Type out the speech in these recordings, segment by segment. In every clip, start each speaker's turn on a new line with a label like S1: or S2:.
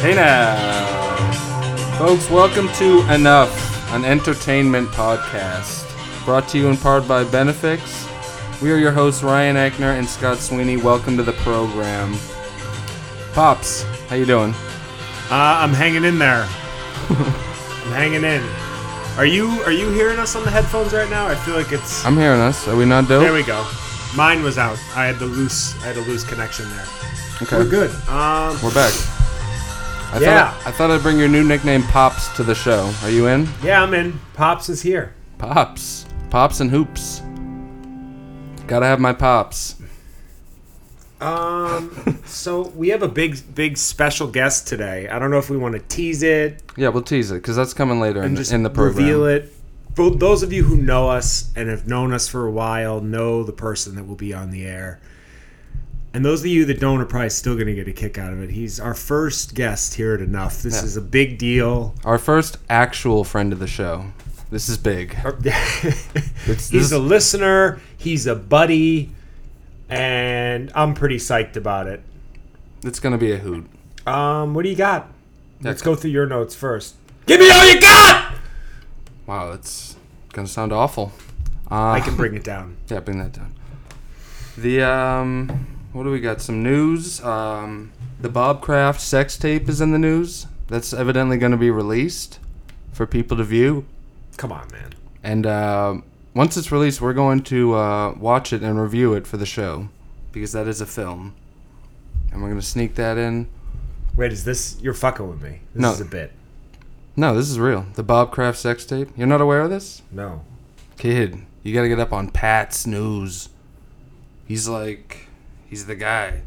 S1: Hey now, folks, welcome to Enough, an entertainment podcast brought to you in part by Benefix. We are your hosts Ryan Eckner and Scott Sweeney. Welcome to the program. Pops, how you doing?
S2: Uh, I'm hanging in there. I'm hanging in. Are you are you hearing us on the headphones right now? I feel like it's
S1: I'm hearing us. Are we not dope?
S2: there. We go. Mine was out. I had the loose I had a loose connection there.
S1: okay,
S2: We're good. Um,
S1: We're back. I
S2: Yeah.
S1: thought I, thought I'd bring your new nickname, Pops, to the show. Are you in?
S2: yeah, I'm in. Pops is here.
S1: Pops, pops and hoops. Gotta have my pops.
S2: Um, so we have a big big special guest today. I don't know if we want to tease it
S1: Yeah, we'll tease it because that's coming later in,
S2: and
S1: the-
S2: just
S1: in the program.
S2: reveal it. For those of you who know us and have known us for a while, know the person that will be on the air. And those of you that don't are probably still going to get a kick out of it. He's our first guest here at Enough. This
S1: Yeah.
S2: is a big deal.
S1: Our first actual friend of the show. This is big. It's-
S2: he's
S1: this-
S2: a listener. He's a buddy, and I'm pretty psyched about it.
S1: It's gonna be a hoot.
S2: Um, what do you got? Let's go through your notes first.
S1: Give me all you got. Wow, that's gonna sound awful. Uh,
S2: I can bring it down.
S1: Yeah, bring that down. The um, what do we got? Some news. Um, the Bob Craft sex tape is in the news. That's evidently gonna be released for people to view.
S2: Come on, man.
S1: And uh, once it's released, we're going to uh, watch it and review it for the show because that is a film. And we're going to sneak that in.
S2: Wait, is this you're fucking with me? This
S1: No.
S2: is a bit.
S1: No, this is real. The Bob Craft sex tape. You're not aware of this?
S2: No.
S1: Kid, you got to get up on Pat's news. He's like, he's the guy.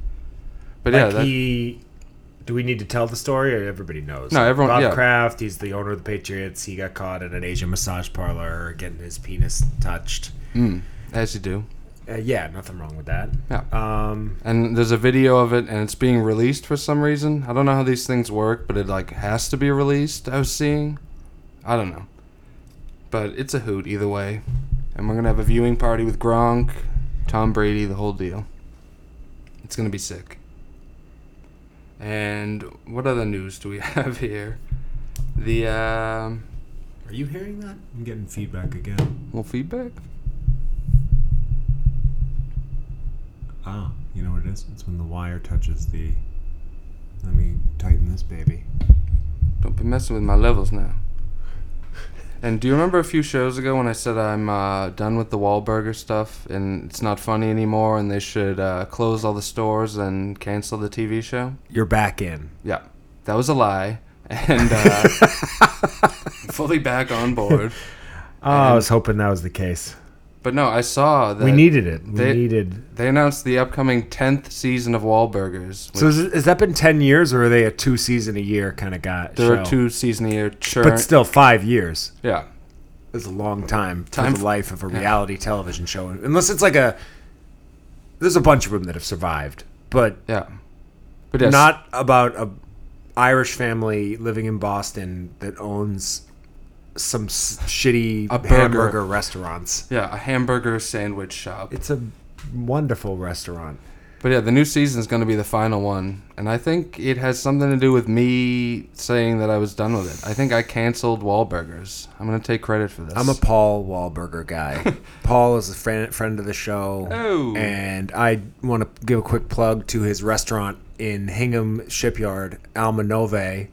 S1: But yeah,
S2: like
S1: that,
S2: he. Do we need to tell the story, or everybody knows?
S1: No, everyone-
S2: Bob
S1: yeah.
S2: Kraft, he's the owner of the Patriots. He got caught in an Asian massage parlor getting his penis touched.
S1: mm, as you do.
S2: Uh, yeah, nothing wrong with that.
S1: Yeah.
S2: Um,
S1: And there's a video of it, and it's being released for some reason. I don't know how these things work, but it like has to be released. I was seeing, I don't know, but it's a hoot either way. And we're gonna have a viewing party with Gronk, Tom Brady, the whole deal. It's gonna be sick. And what other news do we have here? The um,
S2: Are you hearing that? I'm getting feedback again.
S1: well feedback.
S2: Ah, you know what it is? It's when the wire touches the. Let me tighten this baby.
S1: Don't be messing with my levels now. And do you remember a few shows ago when I said I'm uh, done with the Wahlburger stuff and it's not funny anymore and they should uh, close all the stores and cancel the TV show?
S2: You're back in.
S1: Yeah, that was a lie. And uh, fully back on board.
S2: Oh, I was hoping that was the case.
S1: But no, I saw that
S2: we needed it. We
S1: they-
S2: needed.
S1: they announced the upcoming 10th season of Wahlburgers.
S2: So is it- has that been ten years, or are they a two season a year kind of guy?
S1: there
S2: show?
S1: are two season a year churn.
S2: but still five years.
S1: yeah,
S2: is a long time,
S1: Time
S2: for
S1: f-
S2: the life of a reality television show. Unless it's like a, there's a bunch of them that have survived, but
S1: yeah. But yes,
S2: not about a Irish family living in Boston that owns some s- shitty
S1: A burger.
S2: hamburger restaurants.
S1: yeah, a hamburger sandwich shop.
S2: It's a wonderful restaurant.
S1: But yeah, the new season is going to be the final one, and I think it has something to do with me saying that I was done with it. I think I canceled Wahlburgers. I'm going to take credit for this.
S2: I'm a Paul Wahlberger guy. Paul is a friend friend of the show,
S1: Oh.
S2: and I want to give a quick plug to his restaurant in Hingham Shipyard, Almanove.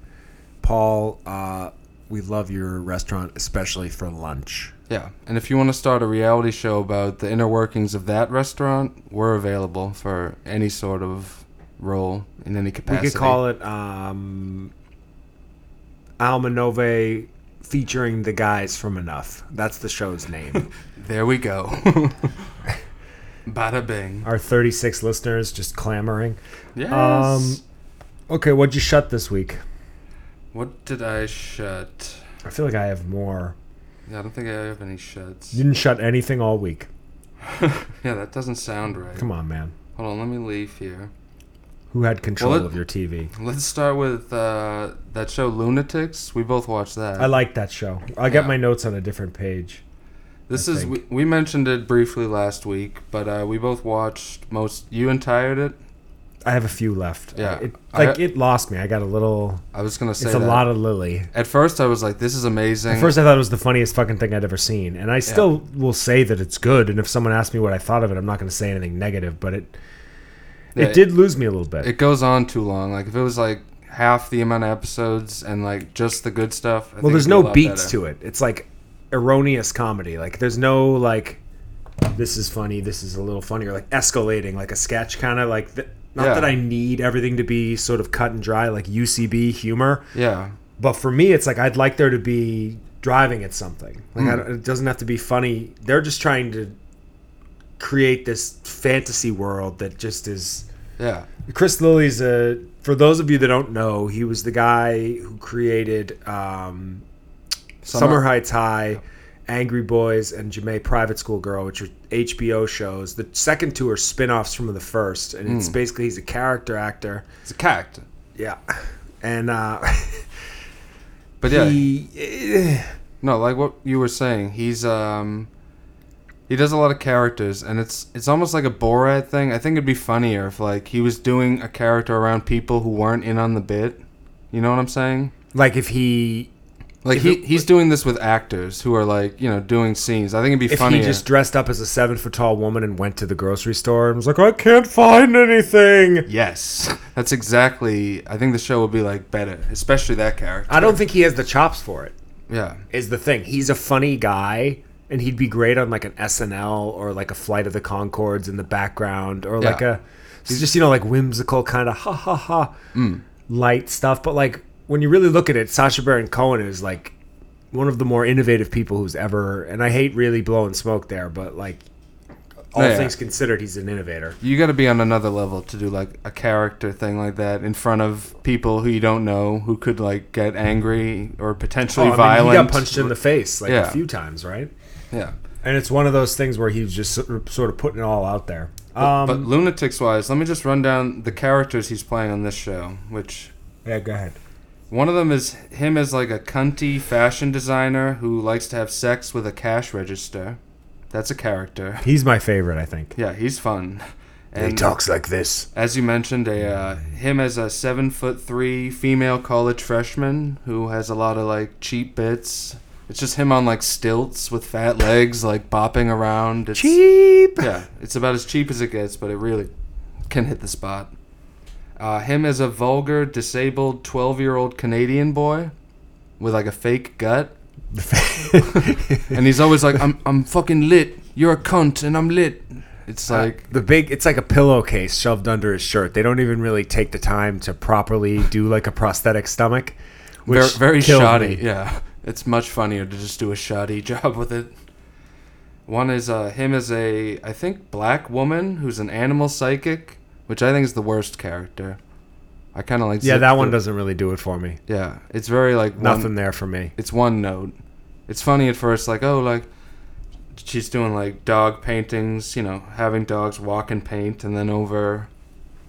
S2: Paul, uh, we love your restaurant, especially for lunch.
S1: yeah. And if you want to start a reality show about the inner workings of that restaurant, we're available for any sort of role in any capacity.
S2: We could call it um, Almanove, featuring the guys from Enough. That's the show's name.
S1: There we go. Bada bing.
S2: Our 36 listeners just clamoring.
S1: Yes.
S2: Um, Okay, what'd you shut this week?
S1: what did I shut?
S2: I feel like I have more.
S1: Yeah, I don't think I have any shuts.
S2: You didn't shut anything all week.
S1: yeah, that doesn't sound right.
S2: Come on, man.
S1: Hold on, let me leave here.
S2: Who had control
S1: Well, it-
S2: of your TV?
S1: Let's start with uh, that show Lunatics. We both watched that.
S2: I like that show. I got
S1: Yeah.
S2: my notes on a different page.
S1: this
S2: I
S1: is we,
S2: think.
S1: we mentioned it briefly last week, but uh, we both watched most. You entired it.
S2: I have a few left.
S1: Yeah.
S2: It,
S1: I-
S2: like it lost me. I got a little.
S1: I was gonna say
S2: It's a
S1: that.
S2: lot of Lily.
S1: At first, I was like, "This is amazing."
S2: At first, I thought it was the funniest fucking thing I'd ever seen, and I still will say that it's good. And if someone asks me what I thought of it, I'm not going to say anything negative. But it
S1: Yeah,
S2: it did lose me a little bit.
S1: It goes on too long. Like if it was like half the amount of episodes and like just the good stuff. I
S2: well, there's no beats to it. It's like erroneous comedy. Like there's no like this is funny, this is a little funnier, like escalating, like a sketch kind of like. Th- not
S1: Yeah.
S2: that I need everything to be sort of cut and dry, like UCB humor.
S1: Yeah,
S2: but for me it's like i'd like there to be driving at something like I don't, it doesn't have to be funny they're just trying to create this fantasy world that just is
S1: yeah,
S2: chris lilly's a for those of you that don't know he was the guy who created um, summer, heights high angry boys and jamae private school girl which are hbo shows the second two are spin-offs from the first and it's basically he's a character actor
S1: It's a cact.
S2: yeah and uh
S1: But yeah,
S2: he eh,
S1: no, like what you were saying, he's um, he does a lot of characters, and it's it's almost like a Borat thing. I think it'd be funnier if like he was doing a character around people who weren't in on the bit. You know what I'm saying?
S2: like if he
S1: Like
S2: If
S1: he,
S2: it-
S1: he's doing this with actors who are like you know doing scenes. I think it'd be
S2: if
S1: funnier.
S2: he just dressed up as a seven foot tall woman and went to the grocery store and was like, I can't find anything.
S1: Yes, that's exactly. I think the show would be like better, especially that character.
S2: I don't think he has the chops for it.
S1: Yeah,
S2: Is the thing he's a funny guy and he'd be great on like an SNL or like a Flight of the Concords in the background or like
S1: Yeah.
S2: a it's just you know like whimsical kind of ha ha ha
S1: Mm.
S2: light stuff. But like when you really look at it, Sacha Baron Cohen is like one of the more innovative people who's ever and I hate really blowing smoke there, but like all
S1: Yeah.
S2: things considered, he's an innovator.
S1: you got to be on another level to do like a character thing like that in front of people who you don't know who could like get angry or potentially
S2: Oh, I mean,
S1: violent.
S2: He got punched in the face like
S1: Yeah.
S2: a few times, right?
S1: Yeah,
S2: And it's one of those things where he was just sort of- sort of putting it all out there. Um,
S1: but lunatics wise, let me just run down the characters he's playing on this show. Which
S2: yeah, go ahead.
S1: one of them is him as like a cunty fashion designer who likes to have sex with a cash register. That's a character.
S2: He's my favorite, I think.
S1: Yeah, he's fun.
S2: talks like this.
S1: As you mentioned, a uh, him as a seven foot three female college freshman who has a lot of like cheap bits. It's just him on like stilts with fat legs, like bopping around. It's,
S2: Cheap.
S1: Yeah, it's about as cheap as it gets, but it really can hit the spot. Uh, him as a vulgar, disabled twelve year old Canadian boy with like a fake gut, and he's always like, "I'm I'm fucking lit. You're a cunt, and I'm lit." It's like.
S2: the big, it's like a pillowcase shoved under his shirt. They don't even really take the time to properly do like a prosthetic stomach, which
S1: very, very
S2: killed
S1: shoddy.
S2: me.
S1: Yeah, it's much funnier to just do a shoddy job with it. One is uh, him as a I think black woman who's an animal psychic, which I think is the worst character. I kind of like
S2: Yeah,
S1: zipped
S2: that one
S1: through-
S2: doesn't really do it for me.
S1: Yeah, it's very like one,
S2: Nothing there for me.
S1: It's one note. It's funny at first, like oh like. She's doing like dog paintings, you know, having dogs walk and paint, and then over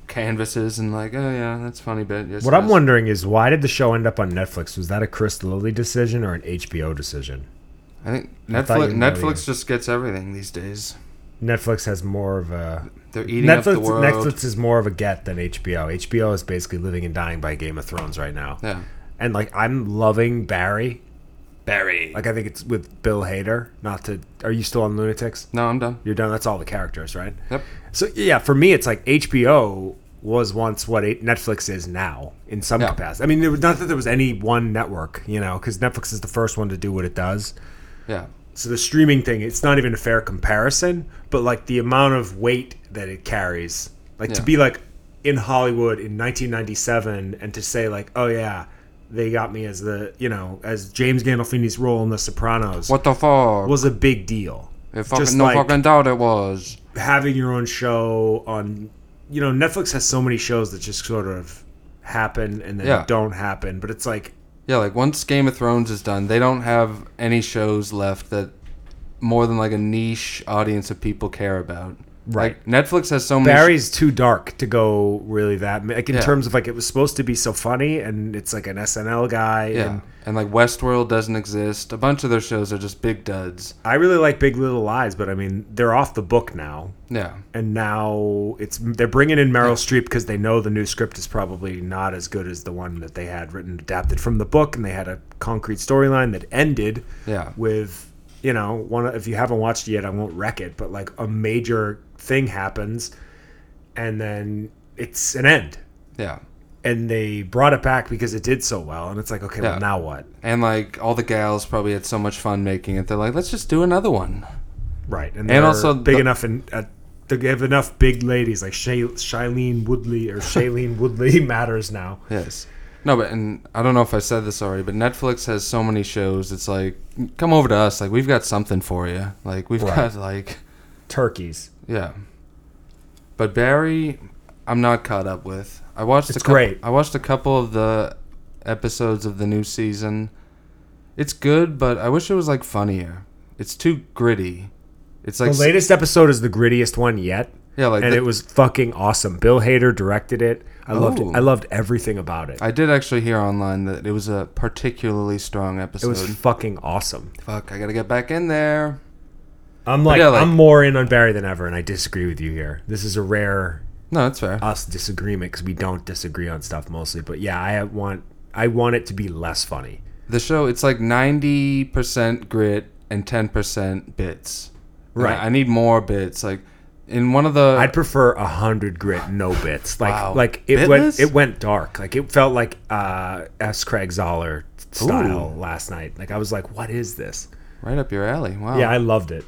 S1: canvases, and like, oh yeah, that's funny bit. Yes,
S2: What I'm
S1: yes.
S2: wondering is why did the show end up on Netflix? Was that a Chris Lilly decision or an HBO decision?
S1: I think
S2: I thought
S1: Netflix
S2: you know
S1: Netflix just gets everything these days.
S2: Netflix has more of a
S1: They're eating up
S2: Netflix.
S1: the world.
S2: Netflix is more of a get than HBO. HBO is basically living and dying by Game of Thrones right now.
S1: Yeah.
S2: And like I'm loving Barry.
S1: Barry.
S2: Like I think it's with Bill Hader. Not to. Are you still on Lunatics?
S1: no, I'm done.
S2: You're done. That's all the characters, right?
S1: Yep.
S2: So yeah, for me, it's like HBO was once what it- Netflix is now in some
S1: Yeah.
S2: capacity. I mean, there was, not that there was any one network, you know, because Netflix is the first one to do what it does.
S1: Yeah.
S2: so the streaming thing it's not even a fair comparison but like the amount of weight that it carries like to
S1: Yeah.
S2: be like in hollywood in 1997 and to say like oh yeah they got me as the you know as james gandolfini's role in the sopranos
S1: What the fuck?
S2: was a big deal
S1: It fucking,
S2: just
S1: no
S2: like-
S1: fucking doubt it was.
S2: having your own show on you know netflix has so many shows that just sort of happen and then
S1: Yeah.
S2: don't happen but it's like
S1: Yeah, like once Game of Thrones is done, they don't have any shows left that more than like a niche audience of people care about. Like Netflix has so many.
S2: Barry's too dark to go really that like in
S1: Yeah.
S2: terms of like it was supposed to be so funny and it's like an SNL guy
S1: yeah,
S2: and
S1: and like Westworld doesn't exist. A bunch of their shows are just big duds.
S2: I really like Big Little Lies but I mean they're off the book now
S1: Yeah,
S2: and now it's they're bringing in Meryl Streep because they know the new script is probably not as good as the one that they had written adapted from the book and they had a concrete storyline that ended
S1: yeah.
S2: with you know one of- if you haven't watched it yet i won't wreck it but like a major thing happens and then it's an end
S1: Yeah.
S2: and they brought it back because it did so well and it's like okay
S1: Yeah.
S2: well now what
S1: And like all the gals probably had so much fun making it. They're like, let's just do another one.
S2: right and, they're
S1: also
S2: big
S1: the-
S2: enough and uh, they have enough big ladies like Shay- Shailene Woodley or Shailene Woodley matters now.
S1: Yes. No, but and I don't know if I said this already, but Netflix has so many shows. It's like, come over to us. Like we've got something for you. Like we've
S2: Right.
S1: got like
S2: Turkeys.
S1: yeah. But Barry, I'm not caught up with. I watched a
S2: It's
S1: couple,
S2: great.
S1: I watched a couple of the episodes of the new season. It's good, but I wish it was like funnier. It's too gritty. It's like
S2: The latest episode is the grittiest one yet,
S1: yeah, like
S2: and
S1: the-
S2: it was fucking awesome. Bill Hader directed it. I loved it.
S1: Oh.
S2: I loved everything about it.
S1: I did actually hear online that it was a particularly strong
S2: It
S1: episode.
S2: was fucking awesome.
S1: Fuck, I gotta get back in there.
S2: I'm like,
S1: yeah, like-
S2: I'm more in on Barry than ever, and I disagree with you here. This is a rare
S1: No, that's fair.
S2: us disagreement because we don't disagree on stuff mostly. But yeah, I want I want it to be less funny.
S1: the show it's like 90% grit and 10% bits And
S2: Right.
S1: I, I need more bits like in one of the
S2: I'd prefer a hundred grit, no bits. Like
S1: Wow.
S2: like it went
S1: Bitless?
S2: it went dark. Like it felt like uh, S. Craig Zoller style last night. Like I was like, what is this?
S1: right up your alley wow
S2: Yeah, I loved it.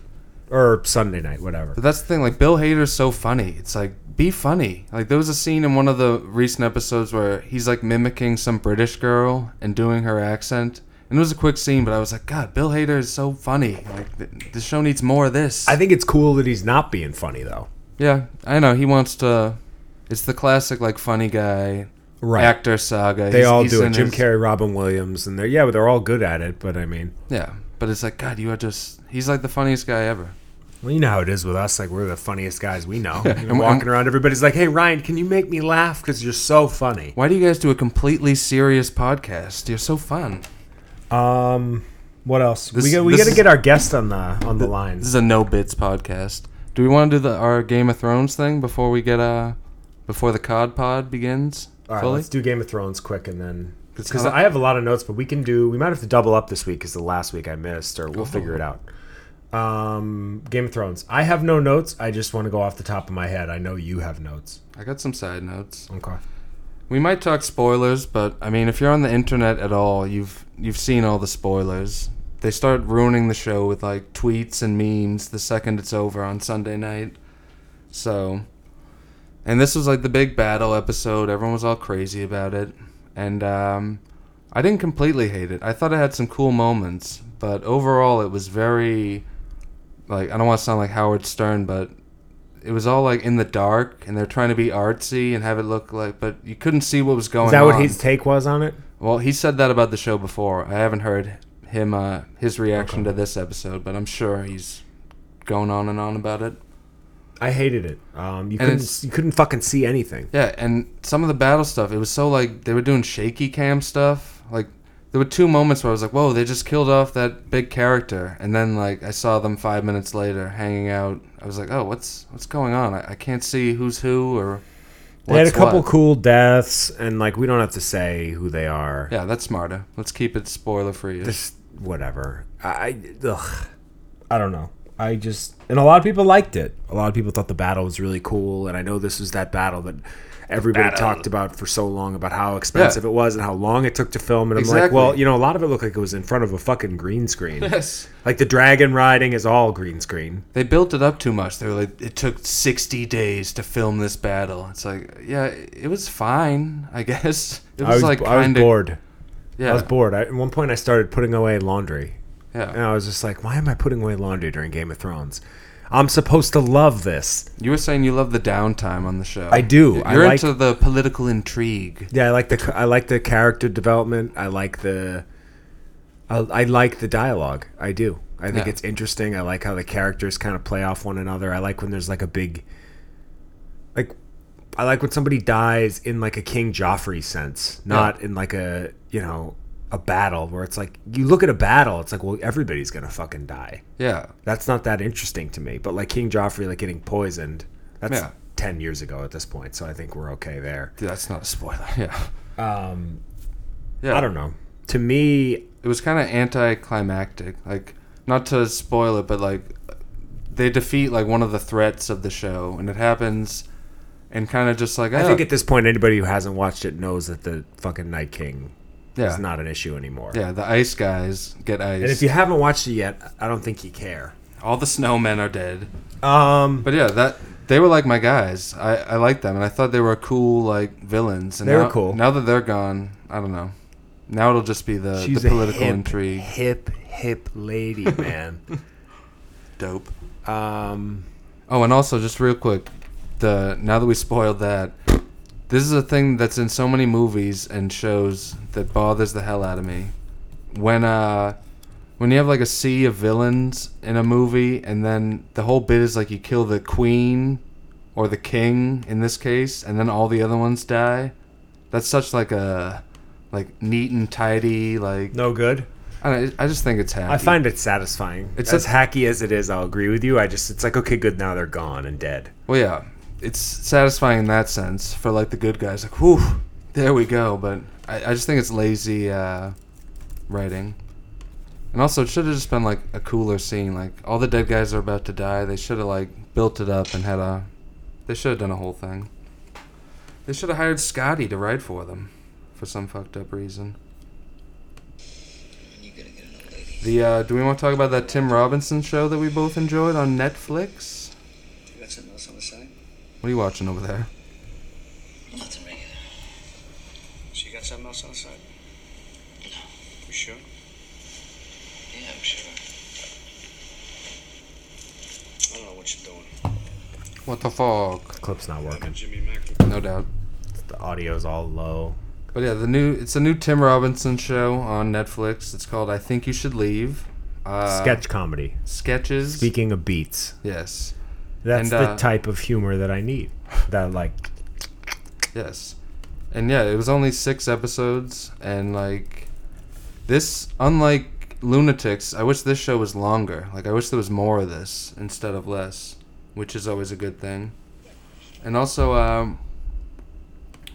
S2: Or Sunday night, whatever.
S1: but that's the thing like bill hader's so funny it's like be funny like there was a scene in one of the recent episodes where he's like mimicking some british girl and doing her accent and it was a quick scene but i was like god bill hader is so funny like th- the show needs more of this
S2: I think it's cool that he's not being funny though.
S1: yeah i know he wants to it's the classic like funny guy
S2: Right.
S1: actor saga
S2: They
S1: He's-
S2: all
S1: he's
S2: do it.
S1: in
S2: Jim
S1: his-
S2: Carrey, Robin Williams, and they're yeah, but they're all good at it. But I mean,
S1: Yeah, but it's like God, you are just—he's like the funniest guy ever.
S2: well, you know how it is with us. Like we're the funniest guys we know. You know,
S1: and-
S2: walking around, everybody's like, "Hey, Ryan, can you make me laugh? Because you're so funny."
S1: Why do you guys do a completely serious podcast? You're so fun.
S2: Um, what else?
S1: This-
S2: we got, we
S1: this
S2: got to
S1: is-
S2: get our guest on the on the
S1: This
S2: lines.
S1: is a no bits podcast. Do we want to do the our Game of Thrones thing before we get uh before the Cod Pod begins
S2: All right,
S1: fully?
S2: let's do Game of Thrones quick, and then because
S1: kinda-
S2: I have a lot of notes, but we can do. We might have to double up this week because the last week I missed,
S1: Oh.
S2: or we'll figure it out. Um, Game of Thrones. I have no notes. I just want to go off the top of my head. I know you have notes.
S1: I got some side notes.
S2: Okay.
S1: We might talk spoilers, but I mean, if you're on the internet at all, you've you've seen all the spoilers. They start ruining the show with like tweets and memes the second it's over on Sunday night. So, and this was like the big battle episode. Everyone was all crazy about it, and um, I didn't completely hate it. I thought it had some cool moments, but overall, it was very like I don't want to sound like Howard Stern, but it was all like in the dark, and they're trying to be artsy and have it look like, but you couldn't see what was going.
S2: Is that what
S1: on.
S2: his take was on it?
S1: Well, he said that about the show before. I haven't heard him uh, his reaction to this episode, but I'm sure he's going on and on about it.
S2: I hated it. Um, you
S1: And
S2: couldn't
S1: it's-
S2: you couldn't fucking see anything.
S1: Yeah, and some of the battle stuff, it was so like they were doing shaky cam stuff. Like there were two moments where I was like, "Whoa, they just killed off that big character," and then like I saw them five minutes later hanging out. I was like, "Oh, what's what's going on? I, I can't see who's who or."
S2: They had a
S1: what's
S2: couple
S1: what."
S2: cool deaths, and like we don't have to say who they are.
S1: Yeah, that's smarter. Let's keep it spoiler free.
S2: Just whatever. I I- ugh, I don't know. I just and a lot of people liked it. A lot of people thought the battle was really cool, and I know this was that battle that everybody talked about for so long about how expensive it was and how long it took to film. And I'm like,
S1: Exactly.
S2: well, you know, a lot of it looked like it was in front of a fucking green screen.
S1: Yes.
S2: like the dragon riding is all green screen.
S1: They built it up too much. They were like, it took 60 days to film this battle. It's like, yeah, it was fine, I guess. It was,
S2: I was,
S1: like
S2: I was
S1: kind of.
S2: bored. I was
S1: Yeah.
S2: bored. I, at one point, I started putting away laundry, and
S1: Yeah.
S2: I was just like, "Why am I putting away laundry during Game of Thrones? I'm supposed to love this.
S1: You were saying you love the downtime on the show.
S2: I do. I
S1: You're
S2: like-
S1: into the political intrigue.
S2: Yeah, I like the I like the character development. I like the I, I like the dialogue. I do. I think
S1: Yeah.
S2: it's interesting. I like how the characters kind of play off one another. I like when there's like a big, like, I like when somebody dies in like a King Joffrey sense, not in like a you know a battle where it's like you look at a battle, it's like well everybody's gonna fucking die.
S1: Yeah.
S2: That's not that interesting to me. But like King Joffrey, like getting poisoned, that's
S1: Yeah.
S2: ten years ago at this point, so I think we're okay there.
S1: Dude, that's not a spoiler. Yeah.
S2: Um,
S1: Yeah.
S2: I don't know. To me,
S1: It was kind of anticlimactic. Like, not to spoil it, but like, they defeat like one of the threats of the show, and it happens, and kind of just like
S2: I
S1: oh,
S2: think at this point, anybody who hasn't watched it knows that the fucking Night King
S1: yeah,
S2: is not an issue anymore.
S1: yeah. The ice guys get ice.
S2: And if you haven't watched it yet, I don't think you care.
S1: All the snowmen are dead.
S2: Um,
S1: But yeah, that they were like my guys. I I liked them, and I thought they were cool like villains. And
S2: They were
S1: now-
S2: cool.
S1: Now that they're gone, I don't know. Now it'll just be the,
S2: she's
S1: the political
S2: a hip,
S1: intrigue.
S2: hip, hip lady, man.
S1: Dope.
S2: um,
S1: Oh, and also just real quick, the now that we spoiled that, this is a thing that's in so many movies and shows that bothers the hell out of me. When uh when you have like a sea of villains in a movie and then the whole bit is like you kill the queen or the king in this case and then all the other ones die. That's such like a like neat and tidy like
S2: no good.
S1: I, don't- I just think it's happy.
S2: I find it satisfying.
S1: It's
S2: It's as
S1: a-
S2: hacky as it is. I'll agree with you. I just, it's like, okay, good. Now they're gone and dead.
S1: Well, yeah, it's satisfying in that sense for like the good guys. Like, whew, there we go. But I, I just think it's lazy uh, writing. And also, it should have just been like a cooler scene. Like all the dead guys are about to die. They should have like built it up and had a. They should have done a whole thing. They should have hired Scotty to write for them, for some fucked up reason.
S3: You're gonna get an old lady.
S1: The uh, do we want to talk about that Tim Robinson show that we both enjoyed on Netflix?
S3: You got something else on the side?
S1: What are you watching over there?
S3: Nothing regular. So you got something else on the side? No. You sure? Yeah, I'm sure. I don't know what you're doing.
S1: What the fuck?
S2: Clip's not working.
S3: Jimmy Mack.
S1: No doubt.
S2: The audio's all low.
S1: But yeah, the new it's a new Tim Robinson show on Netflix. It's called I Think You Should Leave. Uh,
S2: Sketch comedy.
S1: sketches.
S2: Speaking of beats,
S1: Yes,
S2: that's
S1: And,
S2: the
S1: uh,
S2: type of humor that I need. That like
S1: yes, and yeah, it was only six episodes, and like this, unlike Lunatics, I wish this show was longer. Like I wish there was more of this instead of less, which is always a good thing. And also, um,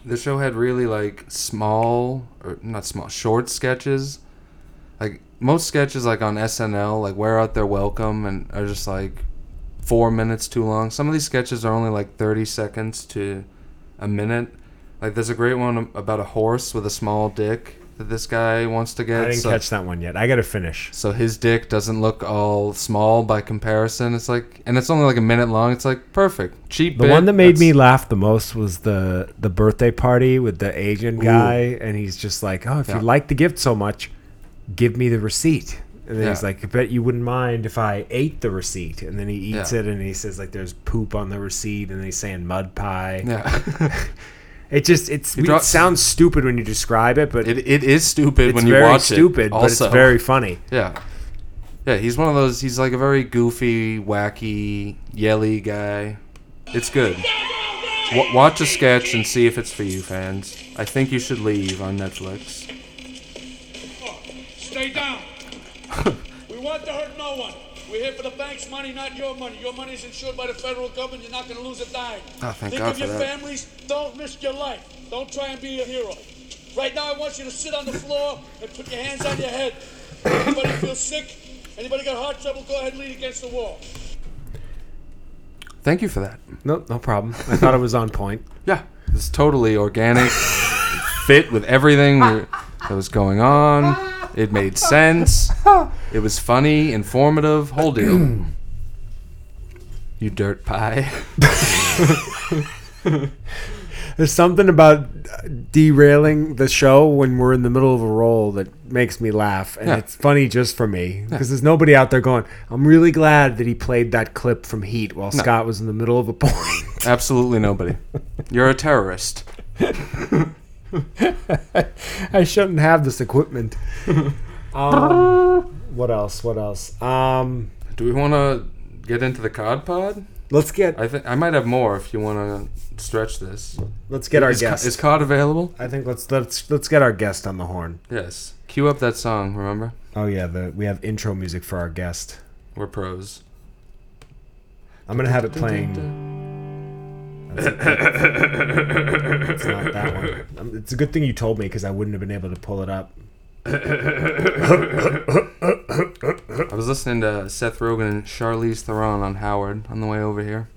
S1: the show had really like small or not small short sketches like most sketches like on snl like wear out their welcome and are just like four minutes too long some of these sketches are only like 30 seconds to a minute like there's a great one about a horse with a small dick that this guy wants to
S2: I
S1: get
S2: didn't
S1: so,
S2: catch that one yet. I gotta finish.
S1: so his dick doesn't look all small by comparison it's like and it's only like a minute long it's like perfect cheap
S2: The
S1: bit,
S2: one that made
S1: that's-
S2: me laugh the most was the the birthday party with the Asian guy, and he's just like, "Oh, if
S1: Yeah.
S2: you like the gift so much, give me the receipt." And then he's
S1: Yeah.
S2: like, "I bet you wouldn't mind if I ate the receipt." And then he eats
S1: Yeah.
S2: it, and he says like, "There's poop on the receipt," and then he's saying mud pie.
S1: yeah
S2: It just it's it
S1: drops-
S2: sounds stupid when you describe it, but
S1: it, it is stupid
S2: it's
S1: when you
S2: very
S1: watch
S2: stupid,
S1: it
S2: but it's very funny.
S1: Yeah. Yeah, he's one of those he's like a very goofy, wacky, yelly guy. It's good. W- watch a sketch and see if it's for you, fans. I think you should leave on Netflix.
S4: Stay down. we want to hurt no one. We're here for the bank's money, not your money. Your money's insured by the federal government. You're not going to lose a dime.
S1: Ah, thank
S4: Think
S1: God
S4: of
S1: for
S4: your
S1: that.
S4: families. Don't risk your life. Don't try and be a hero. Right now, I want you to sit on the floor and put your hands on your head. Anybody feel sick? Anybody got heart trouble? Go ahead and lean against the wall.
S1: Thank you for that.
S2: No, no problem. I thought it was on point.
S1: Yeah, it's totally organic. fit with everything we- that was going on. It made sense. It was funny, informative, whole deal. you dirt pie.
S2: There's something about uh, derailing the show when we're in the middle of a role that makes me laugh, and
S1: Yeah.
S2: it's funny just for me because there's nobody out there going, "I'm really glad that he played that clip from Heat while Scott was in the middle of a point."
S1: Absolutely nobody. You're a terrorist.
S2: I shouldn't have this equipment. Um, what else? What else? Um,
S1: Do we want to get into the cod pod?
S2: let's get
S1: I think I might have more if you want to stretch this.
S2: let's get our
S1: Is, co-
S2: guest.
S1: is cod available?
S2: I think let's let's let's get our guest on the horn.
S1: Yes. Cue up that song. Remember,
S2: Oh yeah, the, we have intro music for our guest.
S1: we're pros.
S2: I'm gonna have it playing. It's not that one. Um, It's a good thing you told me because I wouldn't have been able to pull it up.
S1: I was listening to Seth Rogen and Charlize Theron on Howard on the way over here,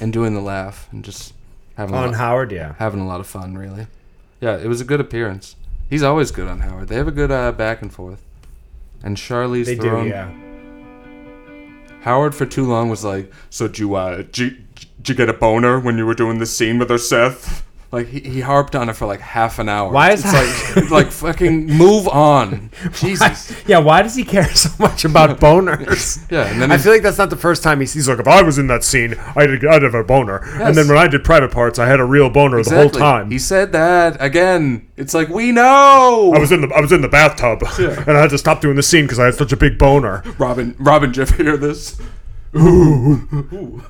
S1: and doing the laugh and just having a
S2: On
S1: lot,
S2: Howard, yeah.
S1: having a lot of fun. Really, yeah. It was a good appearance. He's always good on Howard. They have a good uh, back and forth. And Charlize
S2: They
S1: Theron,
S2: do, yeah.
S1: Howard for too long was like, "So did you, uh, did you, did you get a boner when you were doing the scene with her, Seth?" Like he, he harped on it for like half an hour.
S2: Why is
S1: it's
S2: that-
S1: like like fucking move on, Jesus?
S2: Yeah, why does he care so much about boners?
S1: Yeah, and then
S2: I
S1: he's-
S2: feel like that's not the first time he's, he's like, if I was in that scene, I'd, I'd have a boner.
S1: Yes.
S2: And then when I did private parts, I had a real boner the whole time.
S1: He said that again. It's like we know.
S2: I was in the I was in the bathtub, and I had to stop doing the scene because I had such a big boner.
S1: Robin, Robin, Jeff, hear this?
S2: Oh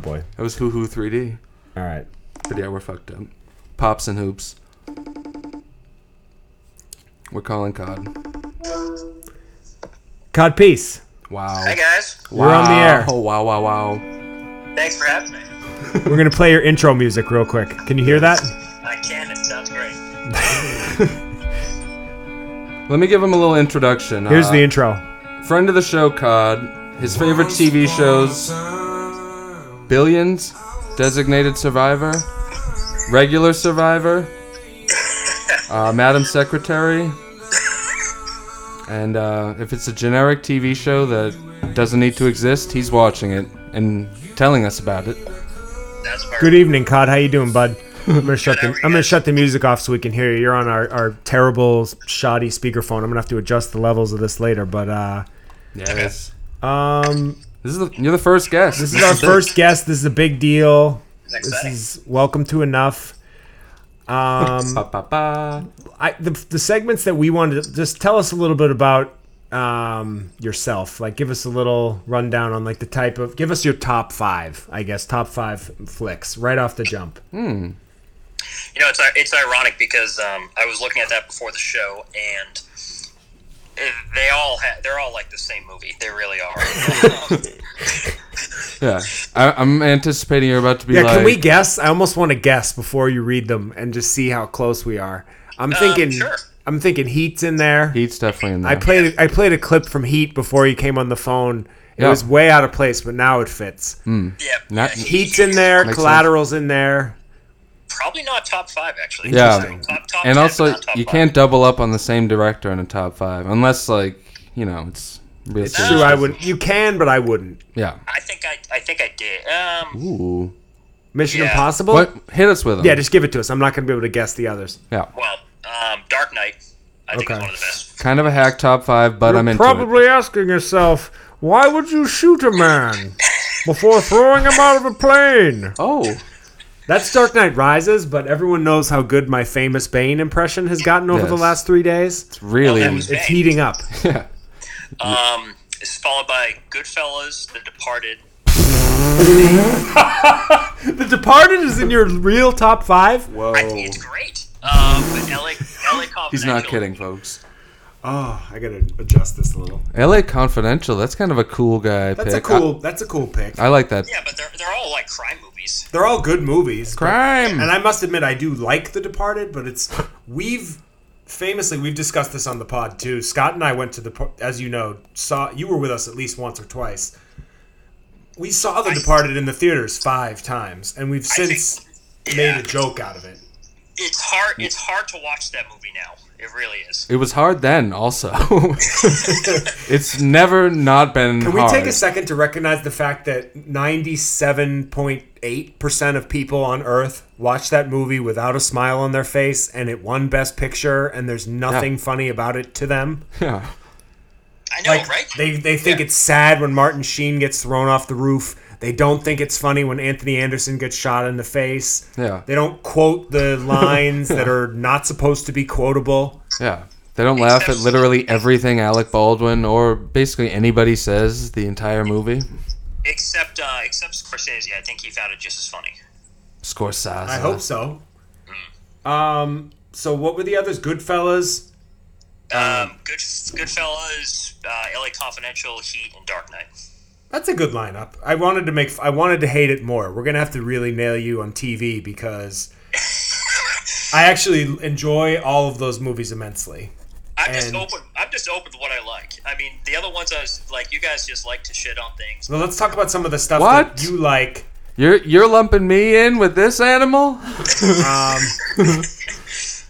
S2: boy!
S1: That was Hoo Hoo 3D.
S2: All right,
S1: But yeah, we're fucked up. Pops and hoops. We're calling COD.
S2: cod piece.
S1: Wow.
S3: Hey guys,
S2: We're on the air.
S1: Oh wow wow wow.
S3: thanks for having me.
S2: We're gonna play your intro music real quick. Can you hear that?
S3: I can. It sounds great.
S1: Let me give him a little introduction.
S2: Here's
S1: Uh,
S2: the intro.
S1: friend of the show, COD. His favorite TV shows: Billions, Designated Survivor, Regular Survivor, uh, Madam Secretary, and uh, if it's a generic TV show that doesn't need to exist, he's watching it and telling us about it.
S3: That's perfect.
S2: Good evening, Cod. How you doing, bud? I'm gonna shut the I'm gonna shut the music off so we can hear you. You're on our, our terrible shoddy speakerphone. I'm gonna have to adjust the levels of this later, but uh
S1: Yes.
S2: um
S1: This is the, you're the first guest.
S2: this is our first guest. This is a big deal. This
S3: exciting.
S2: is welcome to enough. Um
S1: Ba, ba, ba.
S2: I the, the segments that we wanted to just tell us a little bit about um yourself. Like give us a little rundown on like the type of give us your top 5, I guess, top 5 flicks right off the jump.
S1: Hmm.
S3: You know, it's it's ironic because um, I was looking at that before the show, and it- they all ha- they're all like the same movie. They really are.
S1: Yeah. I, I'm anticipating you're about to be
S2: Yeah,
S1: like.
S2: can we guess? I almost want to guess before you read them and just see how close we are. I'm thinking.
S3: sure.
S2: I'm thinking Heat's in there.
S1: Heat's definitely in there.
S2: I played. I played a clip from Heat before you came on the phone. It
S1: Yeah.
S2: was way out of place, but now it fits.
S3: yeah,
S1: Not-
S3: yeah, he-
S2: Heat's in there.
S1: Makes
S2: collateral's in there.
S3: probably not top five actually.
S1: Yeah.
S3: Top, top
S1: and
S3: 10,
S1: also
S3: but not top
S1: you
S3: five.
S1: can't double up on the same director in a top five unless like you know it's real
S2: It's
S1: serious
S2: true. I
S1: business.
S2: would. You can, but I wouldn't.
S1: yeah
S3: I think I I think I did. Um,
S1: ooh
S2: Mission
S3: Yeah.
S2: Impossible.
S1: what hit us with them
S2: Yeah, just give it to us. I'm not going to be able to guess the others.
S1: yeah
S3: well, um, Dark Knight. I think
S2: Okay.
S3: is one of the best.
S1: kind of a hack top five but I'm into it.
S2: Probably asking yourself, why would you shoot a man before throwing him out of a plane?
S1: oh
S2: That's Dark Knight Rises, but everyone knows how good my famous Bane impression has gotten over the
S1: Yes.
S2: last three days.
S1: it's really
S3: that was-
S2: It's heating up.
S1: yeah
S3: Um, it's followed by Goodfellas, The Departed.
S2: the Departed is in your real top five.
S1: whoa
S3: I think it's great. Um, but LA, LA
S1: Oh. he's not
S3: Confidential-
S1: kidding folks
S2: Oh, I gotta adjust this a little.
S1: L.A. Confidential that's kind of a cool guy
S2: That's a
S1: pick
S2: cool. that's a cool pick.
S1: I, I like that
S3: Yeah, but they're they're all like crime movies.
S2: They're all good movies. but-
S1: crime
S2: And I must admit, I do like The Departed, but it's we've famously we've discussed this on the pod too. Scott and I went to the par- as you know saw you were with us at least once or twice. We saw The Departed in the theaters five times, and we've since made a joke out of it.
S3: It's hard it's hard to watch that movie now. It really is.
S1: it was hard then also it's never not been
S2: Can we
S1: hard.
S2: take a second to recognize the fact that ninety-seven point eight percent of people on Earth watch that movie without a smile on their face, and it won Best Picture, and there's nothing funny about it to them.
S1: yeah
S3: I know,
S2: Like,
S3: Oh, right?
S2: They they think it's sad when Martin Sheen gets thrown off the roof. They don't think it's funny when Anthony Anderson gets shot in the face.
S1: Yeah.
S2: They don't quote the lines that are not supposed to be quotable.
S1: yeah They don't laugh at
S3: Except-
S1: literally everything Alec Baldwin or basically anybody says the entire movie.
S3: Except, uh, except Scorsese, I think he found it just as funny.
S1: Scorsese.
S2: I hope so. Um, so what were the others? Goodfellas.
S3: Um, Good, Goodfellas, uh, L.A. Confidential, Heat, and Dark Knight.
S2: That's a good lineup. I wanted to make. I wanted to hate it more. We're gonna have to really nail you on TV because I actually enjoy all of those movies immensely.
S3: I'm just
S2: And-
S3: open. I'm just open to what I like. I mean, the other ones I was like, you guys just like to shit on things.
S2: Well, let's talk about some of the stuff
S1: What?
S2: that you like.
S1: You're you're lumping me in with this animal?
S2: Um,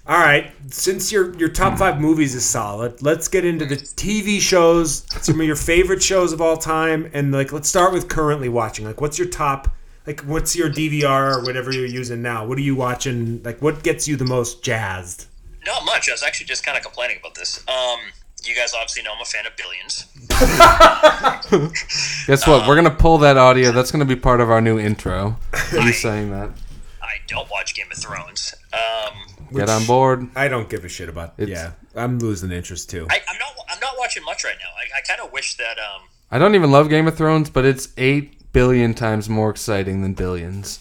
S2: all right, since your your top five movies is solid, let's get into the TV shows, some of your favorite shows of all time, and like let's start with currently watching. Like, what's your top? Like, what's your DVR or whatever you're using now? What are you watching? Like, what gets you the most jazzed?
S3: Not much. I was actually just kind of complaining about this. Um, you guys obviously know I'm a fan of Billions.
S1: Guess what? We're gonna pull that audio. That's gonna be part of our new intro. You saying that?
S3: I don't watch Game of Thrones. Um,
S1: Get on board.
S2: I don't give a shit about. yeah, I'm losing interest too.
S3: I, I'm not. I'm not watching much right now. I, I kind of wish that. Um,
S1: I don't even love Game of Thrones, but it's eight billion times more exciting than billions.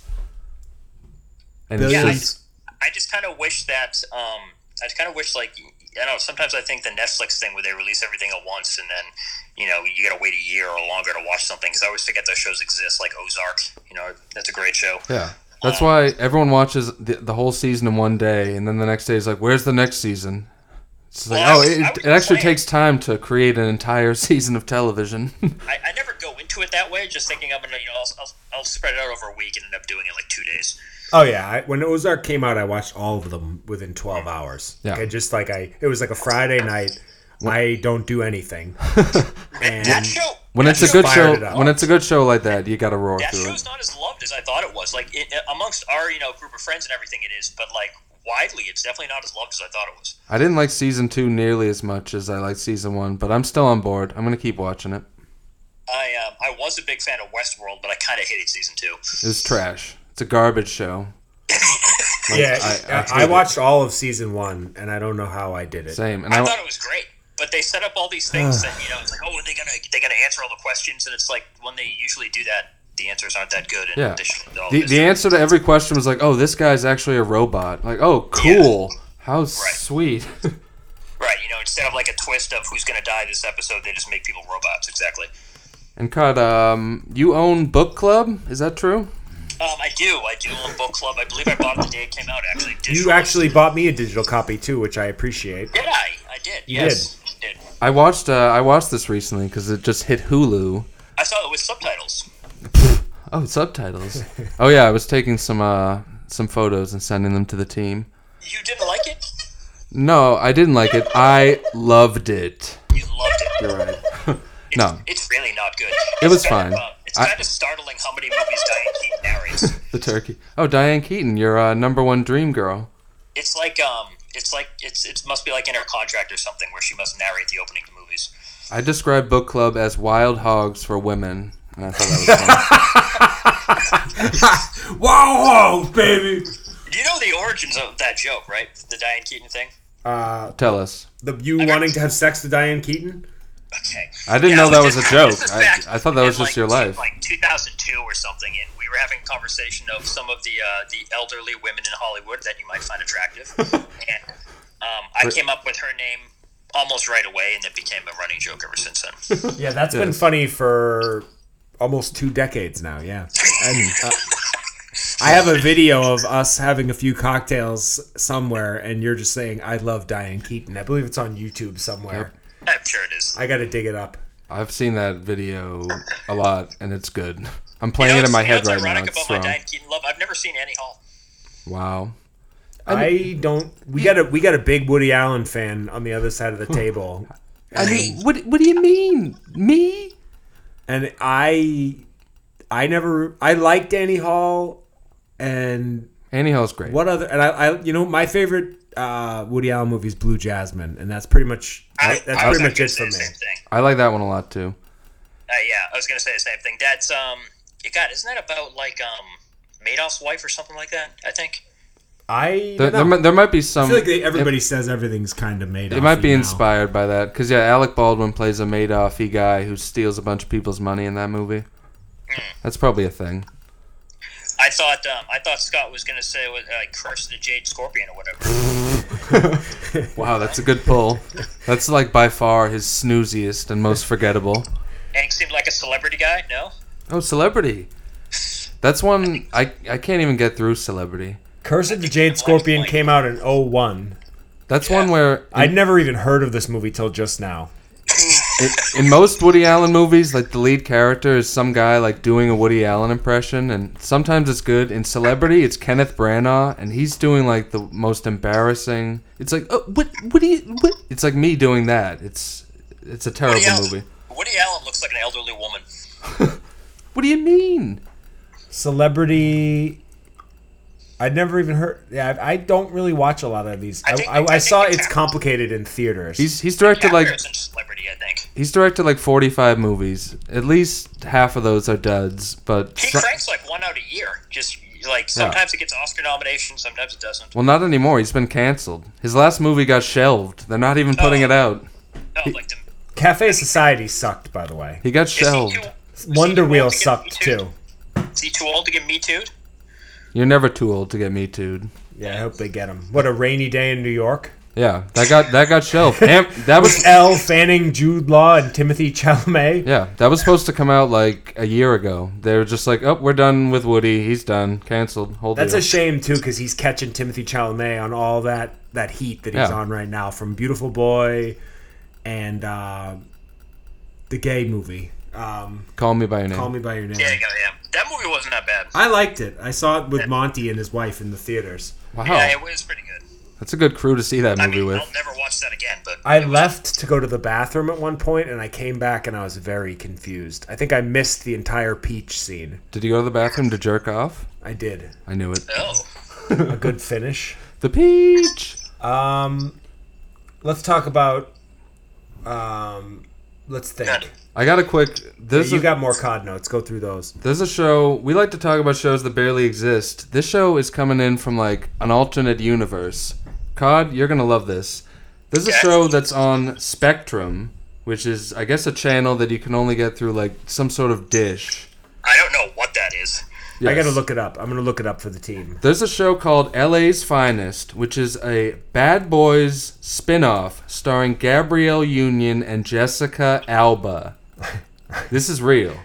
S1: And it's
S3: yeah, I
S2: Billions.
S1: just-
S3: just, I just kind of wish that. Um, I kind of wish like I don't know. Sometimes I think the Netflix thing where they release everything at once and then you know you got to wait a year or longer to watch something because I always forget those shows exist. Like Ozark, you know, that's a great show.
S1: yeah. That's why everyone watches the, the whole season in one day, and then the next day is like, "Where's the next season?" It's like,
S3: Well,
S1: oh,
S3: I-
S1: it,
S3: I was
S1: it actually
S3: saying-
S1: takes time to create an entire season of television.
S3: I, I never go into it that way, just thinking I'm gonna, you know, I'll, I'll, I'll spread it out over a week and end up doing it like two days.
S2: Oh yeah, I, when Ozark came out, I watched all of them within 12 hours.
S1: Yeah.
S2: Like, I just like I, it was like a Friday night. I don't do anything.
S3: That
S2: and
S3: show,
S1: Mm-hmm. when
S3: that
S1: it's a
S3: show-
S1: good
S2: fired
S1: show,
S2: it up.
S1: when it's a good show like that, you gotta roar
S3: that
S1: through it.
S3: show's not as loved as I thought it was. Like it, amongst our, you know, group of friends and everything, it is, but like widely, it's definitely not as loved as I thought it was.
S1: I didn't like season two nearly as much as I liked season one, but I'm still on board. I'm gonna keep watching it.
S3: I, um, I was a big fan of Westworld, but I kind of hated season two.
S1: It's trash. It's a garbage show.
S2: yeah,
S1: I-
S2: I,
S1: I
S2: I,
S1: hate it.
S2: watched all of season one, and I don't know how I did it.
S1: Same. And
S3: I
S1: I,
S3: thought it was great, but they set up all these things that you know, it's like, oh, are they gonna, they gonna answer all the questions, and it's like when they usually do that, the answers aren't that good. And
S1: Yeah.
S3: they should- all
S1: the
S3: this-
S1: the answer to every question was like, oh, this guy's actually a robot. Like, oh, cool. How sweet.
S3: Right, you know, instead of like a twist of who's going to die this episode, they just make people robots. Exactly.
S1: and cut. Um, you own book club? Is that true?
S3: Um, I do. I do own Book Club. I believe I bought it the day it came out, actually.
S2: You
S3: Digital.
S2: actually bought me a digital copy too, which I appreciate.
S3: Did I? I did.
S2: You
S3: yes. I did.
S1: I watched. Uh, I watched this recently because it just hit Hulu.
S3: I saw it with subtitles.
S1: Oh, subtitles. oh yeah, I was taking some uh, some photos and sending them to the team.
S3: You didn't like it?
S1: No, I didn't like it. I loved it.
S3: You loved it.
S1: You're right.
S3: It's,
S1: no,
S3: It's really not good.
S1: It was
S3: It's kind of,
S1: fine.
S3: uh, it's
S1: I-
S3: kind of startling how many movies Diane Keaton narrates.
S1: the turkey. Oh, Diane Keaton, your uh, number one dream girl.
S3: It's like, um, it's like, it's, it must be like in her contract or something where she must narrate the opening to movies.
S1: I described book club as wild hogs for women, and I thought that was funny.
S2: Wow, baby!
S3: Do you know the origins of that joke, right? The Diane Keaton thing?
S2: Uh,
S1: Tell us.
S2: the you wanting to have sex with Diane Keaton?
S3: Okay.
S1: I didn't
S3: Yeah,
S1: know that
S3: it
S1: was a
S3: just-
S1: joke.
S3: this is
S1: I,
S3: back
S1: I thought that was
S3: in,
S1: just
S3: like,
S1: your
S3: two-
S1: life.
S3: Like 2002 or something, and we were having a conversation of some of the uh, the elderly women in Hollywood that you might find attractive, and um, I came up with her name almost right away, and it became a running joke ever since then.
S2: Yeah, that's been funny for almost two decades now. Yeah, and, uh, I have a video of us having a few cocktails somewhere, and you're just saying, "I love Diane Keaton." I believe it's on YouTube somewhere.
S3: I'm sure it is.
S2: I got to dig it up.
S1: I've seen that video a lot, and it's good. I'm
S3: You
S1: playing
S3: know,
S1: it in my
S3: you know
S1: head
S3: what's
S1: right now.
S3: ironic
S1: It's
S3: about my
S1: wrong.
S3: Diane Keaton love. I've never seen Annie Hall.
S1: Wow.
S2: I don't. We got a we got a big Woody Allen fan on the other side of the table,
S1: I mean, what what do you mean, me?
S2: and I I never I liked Annie Hall, and
S1: Annie Hall's great.
S2: what other and I, I you know my favorite uh, Woody Allen movie is Blue Jasmine, and that's pretty much
S3: I,
S2: that's
S3: I was
S2: pretty much
S3: actually
S2: it for
S3: gonna
S2: me.
S3: say the Same thing.
S1: I like that one a lot too.
S3: Uh, yeah, I was gonna say the same thing. That's um, God, isn't that about like um, Madoff's wife or something like that? I think.
S2: I
S1: There, there,
S2: don't know.
S1: mi- there might be
S2: I
S1: some.
S2: feel like they, everybody says everything's kind of made.
S1: It might be inspired by that, because yeah, Alec Baldwin plays a Madoffy guy who steals a bunch of people's money in that movie. That's probably a thing.
S3: I thought um, I thought Scott was gonna say uh, like curse the jade scorpion or whatever.
S1: Wow, that's a good pull. That's like by far his snooziest and most forgettable.
S3: Hank seemed like a celebrity guy. No,
S1: Oh, celebrity. That's one I I can't even get through celebrity.
S2: Curse of the Jade Scorpion came out in 01.
S1: That's one where
S2: I'd never even heard of this movie till just now.
S1: in, in most Woody Allen movies, like the lead character is some guy like doing a Woody Allen impression, and sometimes it's good. In Celebrity, it's Kenneth Branagh, and he's doing like the most embarrassing. It's like, oh, what, what do you, what? It's like me doing that. It's, it's a terrible
S3: Woody Allen,
S1: movie.
S3: Woody Allen looks like an elderly woman.
S1: What do you mean?
S2: Celebrity. I'd never even heard. Yeah, I, I don't really watch a lot of these. I,
S3: think-
S2: I, I,
S3: I think
S2: saw
S3: the
S2: it's
S3: cat-
S2: complicated in theaters.
S1: He's he's directed like
S3: Actors and celebrity, I think.
S1: he's directed like forty five movies. At least half of those are duds, but
S3: He
S1: so-
S3: cranks like one out a year. Just like sometimes it gets Oscar nomination, sometimes it doesn't.
S1: well, not anymore. He's been canceled. His last movie got shelved. They're not even
S3: Oh.
S1: putting it out.
S3: No, like the,
S2: Cafe Society sucked, by the way.
S1: He got
S3: is he
S1: shelved.
S3: too,
S2: Wonder
S3: he
S2: Wheel
S3: old to get
S2: sucked
S3: Me Too'd?
S2: too.
S3: is he too old to get me too?
S1: You're never too old to get me too.
S2: Yeah, I hope they get him. What a rainy day in New York.
S1: Yeah, that got that got shelved. Ham, that was
S2: Elle Fanning, Jude Law, and Timothy Chalamet.
S1: yeah, that was supposed to come out like a year ago. They were just like, oh, we're done with Woody. He's done, canceled. Whole
S2: That's
S1: deal.
S2: a shame too, because he's catching Timothy Chalamet on all that that heat that he's
S1: Yeah.
S2: on right now from Beautiful Boy and uh, the gay movie. Um,
S1: Call me by your name.
S2: Call Me by Your Name.
S3: Yeah, yeah, yeah. That movie wasn't that bad.
S1: Oh.
S2: I liked it. I saw it with Monty and his wife in the theaters.
S1: Wow,
S3: Yeah, it was pretty good.
S1: that's a good crew to see that
S3: I
S1: movie
S3: mean,
S1: with.
S3: I'll never watch that again. But
S2: I left to go to the bathroom at one point, and I came back and I was very confused. I think I missed the entire peach scene.
S1: Did you go to the bathroom to jerk off?
S2: I did.
S1: I knew it.
S3: oh,
S2: A good finish.
S1: The peach.
S2: Um, let's talk about. Um, let's think.
S3: God.
S1: I got a quick. There's
S2: you
S1: a,
S2: got more COD notes. Go through those.
S1: there's a show we like to talk about shows that barely exist. This show is coming in from like an alternate universe. Cod, you're gonna love this. There's a
S3: Yes.
S1: show that's on Spectrum, which is I guess a channel that you can only get through like some sort of dish.
S3: I don't know what that is.
S2: I
S1: Yes.
S2: gotta look it up. I'm gonna look it up for the team.
S1: There's a show called LA's Finest, which is a Bad Boys spin-off starring Gabrielle Union and Jessica Alba. this is real.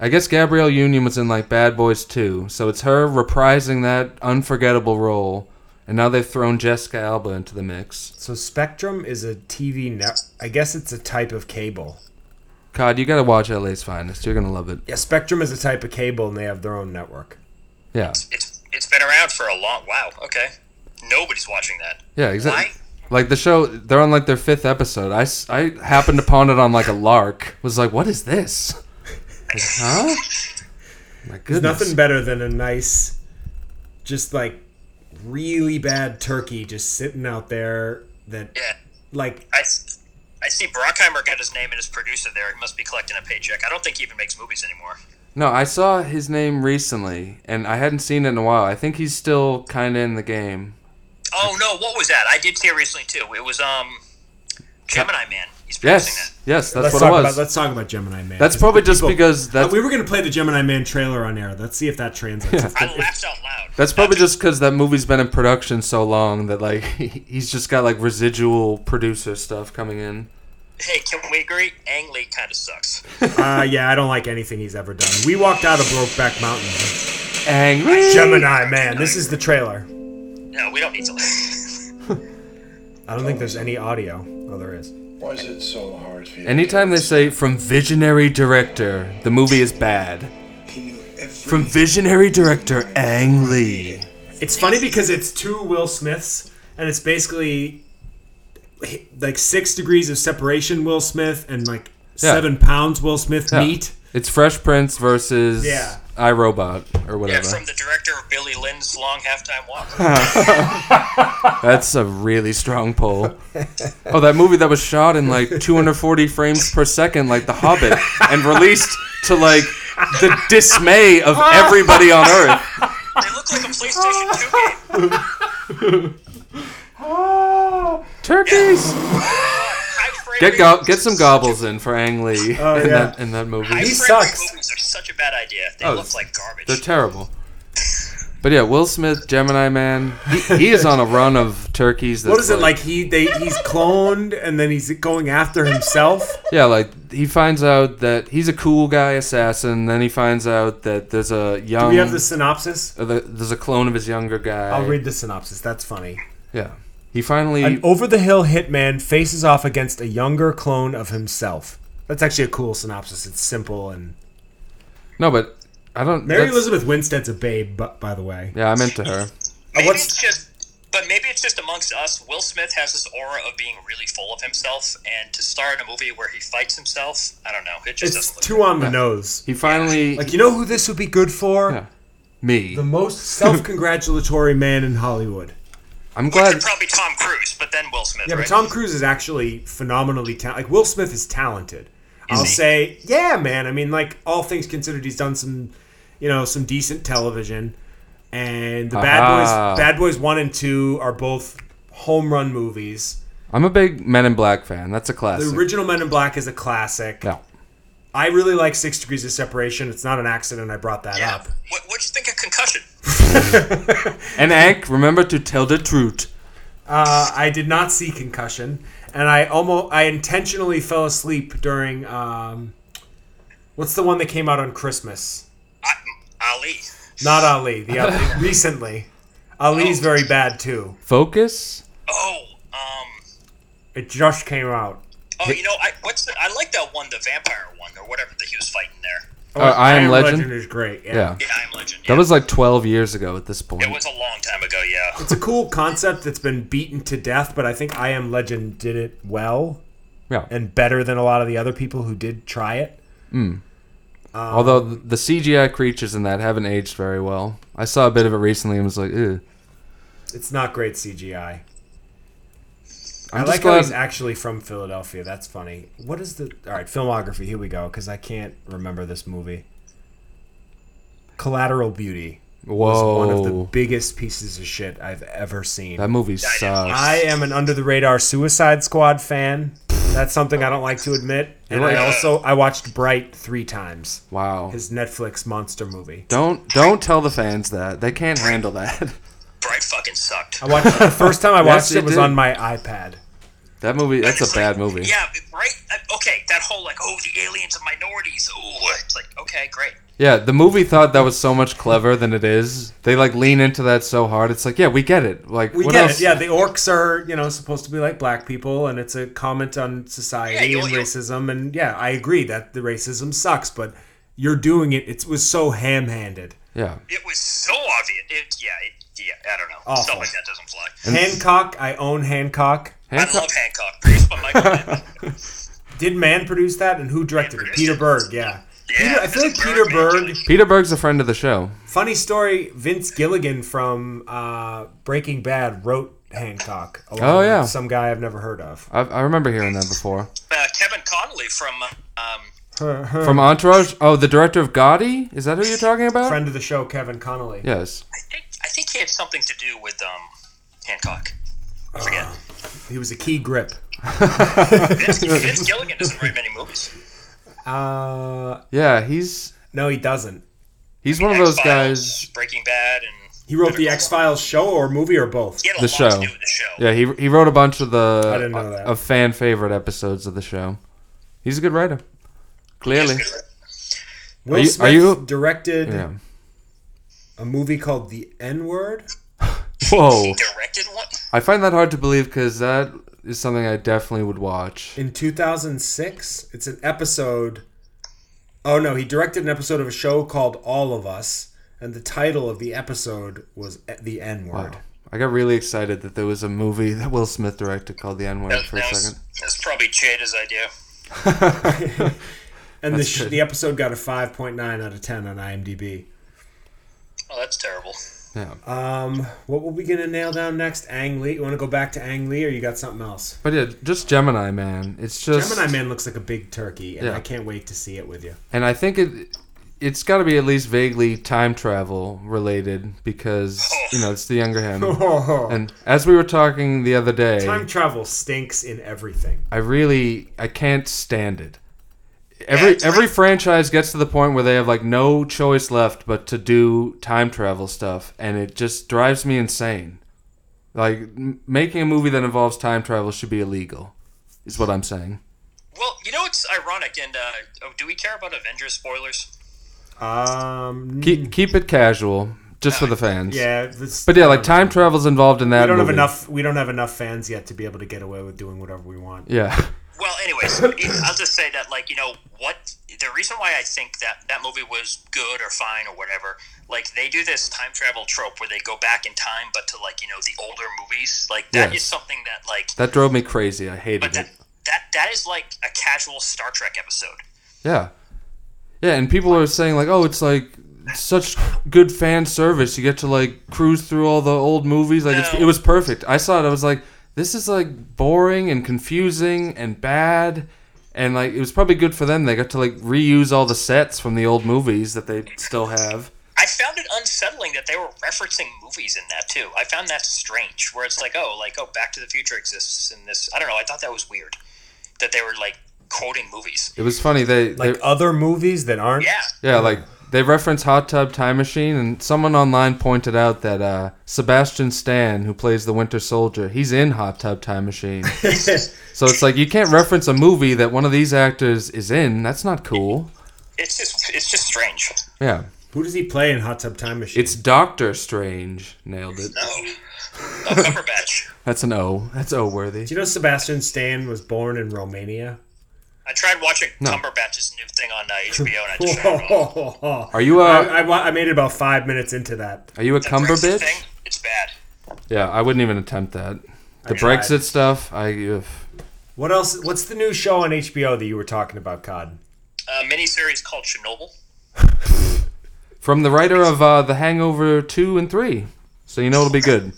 S1: I guess Gabrielle Union was in like Bad Boys 2, so it's her reprising that unforgettable role, and now they've thrown Jessica Alba into the mix.
S2: So Spectrum is a TV net. I guess it's a type of cable.
S1: Cod, you gotta watch LA's Finest. You're gonna love it.
S2: Yeah, Spectrum is a type of cable, and they have their own network.
S1: Yeah,
S3: It's it's been around for a long. Wow. Okay. Nobody's watching that.
S1: yeah,
S3: Why?
S1: exactly. Like the show, they're on like their fifth episode. I, s- I happened upon it on like a lark. Was like, what is this? Like, huh? My goodness.
S2: Nothing better than a nice, just like really bad turkey just sitting out there. That
S3: Yeah.
S2: like
S3: I s- I see Brockheimer got his name and his producer there. He must be collecting a paycheck. I don't think he even makes movies anymore.
S1: No, I saw his name recently, and I hadn't seen it in a while. I think he's still kind of in the game.
S3: Oh no, what was that? I did see it recently too. It was um, Gemini Man. He's producing
S1: Yes,
S3: that.
S1: yes, that's
S2: let's
S1: what it
S2: talk about.
S1: was.
S2: Let's talk about Gemini Man.
S1: that's
S2: 'cause
S1: probably
S2: the
S1: just
S2: people-
S1: because
S2: Uh,
S1: that's
S2: we were gonna play the Gemini Man trailer on air. Let's see if that translates. If-
S3: I laughed out loud.
S1: that's probably just because that movie's been in production so long that like he's just got like residual producer stuff coming in.
S3: Hey, can we agree? Ang Lee kind of sucks.
S2: uh, yeah, I don't like anything he's ever done. We walked out of Brokeback Mountain.
S1: Angry
S2: Gemini Man. This is the trailer.
S3: No, we don't need to.
S2: I don't think there's any audio. Oh, there is.
S5: Why is it so hard for you?
S1: Anytime they say from visionary director, the movie is bad.
S5: He knew every-
S1: From visionary director Ang Lee.
S2: It's funny because it's two Will Smiths, and it's basically like six degrees of separation Will Smith and like seven pounds Will Smith
S1: Yeah.
S2: meat.
S1: It's Fresh Prince versus
S2: Yeah.
S1: I iRobot or
S3: Yeah,
S1: whatever.
S3: from the director of Billy Lynn's Long Halftime Walk.
S1: That's a really strong pull. oh, that movie that was shot in like 240 frames per second, like The Hobbit, and released to like the dismay of everybody on Earth.
S3: They look like a PlayStation 2 game.
S1: Turkeys!
S3: High frame
S1: Get
S3: rate
S1: go-
S3: movies
S1: get
S3: are
S1: some
S3: such
S1: gobbles in for Ang Lee
S2: Oh,
S1: in
S2: yeah.
S1: that in that
S3: A, high
S1: movie.
S2: He
S3: frame rate
S2: sucks.
S3: movies are such a bad idea. They
S1: Oh,
S3: look like garbage.
S1: They're terrible. But yeah, Will Smith, Gemini Man, he, he is on a run of turkeys. That's
S2: What is it like? He they he's cloned and then he's going after himself.
S1: Yeah, like he finds out that he's a cool guy assassin. Then he finds out that there's a young,
S2: We have the synopsis.
S1: uh, the- there's a clone of his younger guy.
S2: I'll read the synopsis. That's funny.
S1: Yeah, he finally.
S2: An over the hill hitman faces off against a younger clone of himself. That's actually a cool synopsis. It's simple and
S1: no, but I don't.
S2: Mary
S1: that's-
S2: Elizabeth Winstead's a babe, but by the way,
S1: Yeah, I meant to her.
S3: maybe
S2: what's-
S3: it's just, but maybe it's just amongst us. Will Smith has this aura of being really full of himself, and to star in a movie where he fights himself, I don't know. It just
S2: it's
S3: doesn't look.
S2: too on the nose.
S1: He finally
S2: Like you know who this would be good for?
S1: Yeah. me.
S2: The most self-congratulatory man in Hollywood.
S1: I'm
S3: Which
S1: glad.
S3: would probably Tom Cruise, but then Will Smith,
S2: Yeah,
S3: right?
S2: but Tom Cruise is actually phenomenally talented. Like Will Smith is talented. I'll
S3: he?
S2: say, yeah, man. I mean, like all things considered, he's done some, you know, some decent television. And the
S1: Aha.
S2: Bad Boys, Bad Boys One and Two are both home run movies.
S1: I'm a big Men in Black fan. That's a
S2: The
S1: classic.
S2: original Men in Black is a classic.
S1: yeah.
S2: I really like Six Degrees of Separation. It's not an accident I brought that
S3: yeah.
S2: up.
S3: What, what'd you think of Concussion?
S1: And Hank, remember to tell the truth.
S2: Uh, I did not see concussion, and I almost I intentionally fell asleep during um, what's the one that came out on Christmas?
S3: I, Ali.
S2: Not Ali. The other, recently, Ali's very bad too.
S1: Focus.
S3: Oh, um.
S2: It just came out.
S3: Oh, you know, I what's the, I like that one, the vampire one or whatever that he was fighting there.
S2: Oh,
S1: Uh, I am Legend.
S2: is great. Yeah.
S1: Yeah.
S3: Yeah, I am Legend. Yeah.
S1: That was like 12 years ago at this point.
S3: it was a long time ago. Yeah,
S2: It's a cool concept that's been beaten to death, but I think I Am Legend did it well
S1: yeah.
S2: and better than a lot of the other people who did try it.
S1: Although th- the CGI creatures in that haven't aged very well. I saw a bit of it recently and was like, ew.
S2: It's not great CGI.
S1: I'm
S2: I
S1: just
S2: like how
S1: glad.
S2: he's actually from Philadelphia. That's funny. What is the all right filmography? Here we go because I can't remember this movie. Collateral Beauty was
S1: Whoa.
S2: one of the biggest pieces of shit I've ever seen.
S1: that movie
S3: I didn't
S1: sucks.
S2: I am an under the radar Suicide Squad fan. That's something I don't like to admit. And
S1: You're
S2: I
S1: right.
S2: also I watched Bright three times.
S1: Wow.
S2: His Netflix monster movie.
S1: Don't don't tell the fans that. They can't handle that.
S3: Bright fucking sucked.
S2: I watched the first time I
S1: Yes,
S2: watched it
S1: you
S2: was
S1: did.
S2: on my iPad.
S1: That movie, that's
S3: It's
S1: a
S3: like-
S1: bad movie.
S3: Yeah, right. uh, Okay, that whole like, oh, the aliens and minorities. Ooh, it's like okay, great.
S1: Yeah, the movie thought that was so much clever than it is. They like lean into that so hard. It's like, yeah, we get it. Like,
S2: We
S1: what
S2: get
S1: else?
S2: it. Yeah, the orcs are, you know, supposed to be like black people, and it's a comment on
S3: Yeah,
S2: society
S3: you-
S2: and
S3: you-
S2: racism. And yeah, I agree that the racism sucks, but you're doing it. It was so ham-handed.
S1: Yeah.
S3: It was so obvious. It, yeah, it, yeah. I don't know.
S2: Awful.
S3: Stuff like that doesn't fly.
S2: Hancock, I own Hancock.
S3: I love Hancock. Produced by Michael Mann.
S2: Did Mann produce that, and who directed it?
S3: produced
S2: Peter
S3: it.
S2: Berg. Yeah.
S3: Yeah,
S2: Peter, I feel like
S3: Mr.
S2: Peter
S3: Bergman,
S2: Berg.
S3: Julie-
S1: Peter Berg's a friend of the show.
S2: Funny story. Vince Gilligan from uh, Breaking Bad wrote Hancock. along
S1: Oh,
S2: with
S1: yeah.
S2: Some guy I've never heard of.
S1: I, I remember hearing that before.
S3: Uh, Kevin Connolly from um,
S1: From Entourage? Oh, the director of Gotti? Is that who you're talking about?
S2: Friend of the show, Kevin Connolly.
S1: Yes.
S3: I think I think he had something to do with um, Hancock. I
S1: Uh.
S3: forget.
S2: He was a key grip.
S3: Vince, Vince Gilligan doesn't write many movies.
S2: Uh,
S1: Yeah, he's
S2: no, he doesn't.
S1: he's one of those
S3: X-Files,
S1: guys.
S3: Breaking Bad, and
S2: He wrote
S3: Better
S2: the
S3: Call
S2: X Files show or movie or both.
S3: He had
S1: The
S3: a lot
S1: show.
S3: to do with the show.
S1: Yeah, he he wrote a bunch of the
S2: I didn't know that.
S1: of fan favorite episodes of the show. He's a good writer. Clearly.
S2: Will
S1: Are you- are
S2: Smith
S1: you-
S2: directed
S1: Yeah.
S2: a movie called The N Word.
S1: Whoa.
S3: Directed one.
S1: I find that hard to believe because that is something I definitely would watch.
S2: in 2006. It's an episode. Oh no, he directed an episode of a show called All of Us, and the title of the episode was E, the N word.
S1: Wow. I got really excited that there was a movie that Will Smith directed called The N Word
S3: That,
S1: for a
S3: that was,
S1: second.
S3: that's probably Jada's idea.
S2: And the,
S1: That's
S2: sh-
S1: good.
S2: the episode got a 5.9 out of 10 on IMDb.
S3: Oh, that's terrible.
S1: Yeah.
S2: Um, what were we gonna nail down next? Ang Lee. You want to go back to Ang Lee, or you got something else?
S1: But yeah, just Gemini Man. It's just
S2: Gemini Man looks like a big turkey, and
S1: Yeah.
S2: I can't wait to see it with you.
S1: and I think it it's got to be at least vaguely time travel related because you know it's the younger
S2: Oh,
S1: him. And as we were talking the other day,
S2: Time travel stinks in everything.
S1: I really I can't stand it. Every
S3: it's
S1: every
S3: like-
S1: franchise gets to the point where they have like no choice left but to do time travel stuff, and it just drives me insane. Like m- making a movie that involves time travel should be illegal, is what I'm saying.
S3: Well, you know what's ironic, and uh, oh, do we care about Avengers spoilers?
S2: Um,
S1: Keep keep it casual, just for the fans.
S2: yeah, this,
S1: But yeah, like time travel's involved in that.
S2: We don't have
S1: movie.
S2: enough. We don't have enough fans yet to be able to get away with doing whatever we want.
S1: Yeah.
S3: Well, anyways, it- I'll just say that, like, you know, what the reason why I think that that movie was good or fine or whatever, like, they do this time travel trope where they go back in time, but to like, you know, the older movies, like, that is
S1: Yes. Mm-hmm.
S3: something that, like,
S1: That drove me crazy. I hated
S3: but that
S1: it.
S3: that that is like a casual Star Trek episode.
S1: Yeah. Yeah, and people are saying like, "Oh, it's like such good fan service. You get to like cruise through all the old movies. Like it's,
S3: No.
S1: it was perfect." I saw it. I was like, "This is like boring and confusing and bad." And like it was probably good for them. They got to like reuse all the sets from the old movies that they still have.
S3: I found it unsettling that they were referencing movies in that too. I found that strange, where it's like, oh, like oh, Back to the Future exists in this. I don't know. I thought that was weird that they were like quoting movies.
S1: It was funny. They,
S2: Like
S1: they
S2: other movies that aren't.
S3: Yeah,
S1: yeah, like they reference Hot Tub Time Machine, and someone online pointed out that uh, Sebastian Stan, who plays the Winter Soldier, he's in Hot Tub Time Machine. So it's like you can't reference a movie that one of these actors is in. That's not cool.
S3: it's just it's just strange.
S1: Yeah.
S2: Who does he play in Hot Tub Time Machine?
S1: It's Doctor Strange. Nailed it.
S3: Oh, oh Cumberbatch.
S1: That's an O. That's O worthy.
S2: Do you know Sebastian Stan was born in Romania?
S3: I tried watching
S1: No.
S3: Cumberbatch's new thing on uh, HBO, and I just turned it off.
S2: Are
S1: Are you uh,
S2: I,
S1: a
S2: I wa- I made it about five minutes into that.
S1: are you a
S3: Brexit
S1: Cumberbitch?
S3: thing, It's bad.
S1: Yeah, I wouldn't even attempt that. The
S2: tried.
S1: Brexit stuff, I ugh.
S2: What else? What's the new show on HBO that you were talking about, Cod?
S3: A Uh, miniseries called Chernobyl.
S1: from the writer of uh, The Hangover 2 and 3. So you know it'll be good.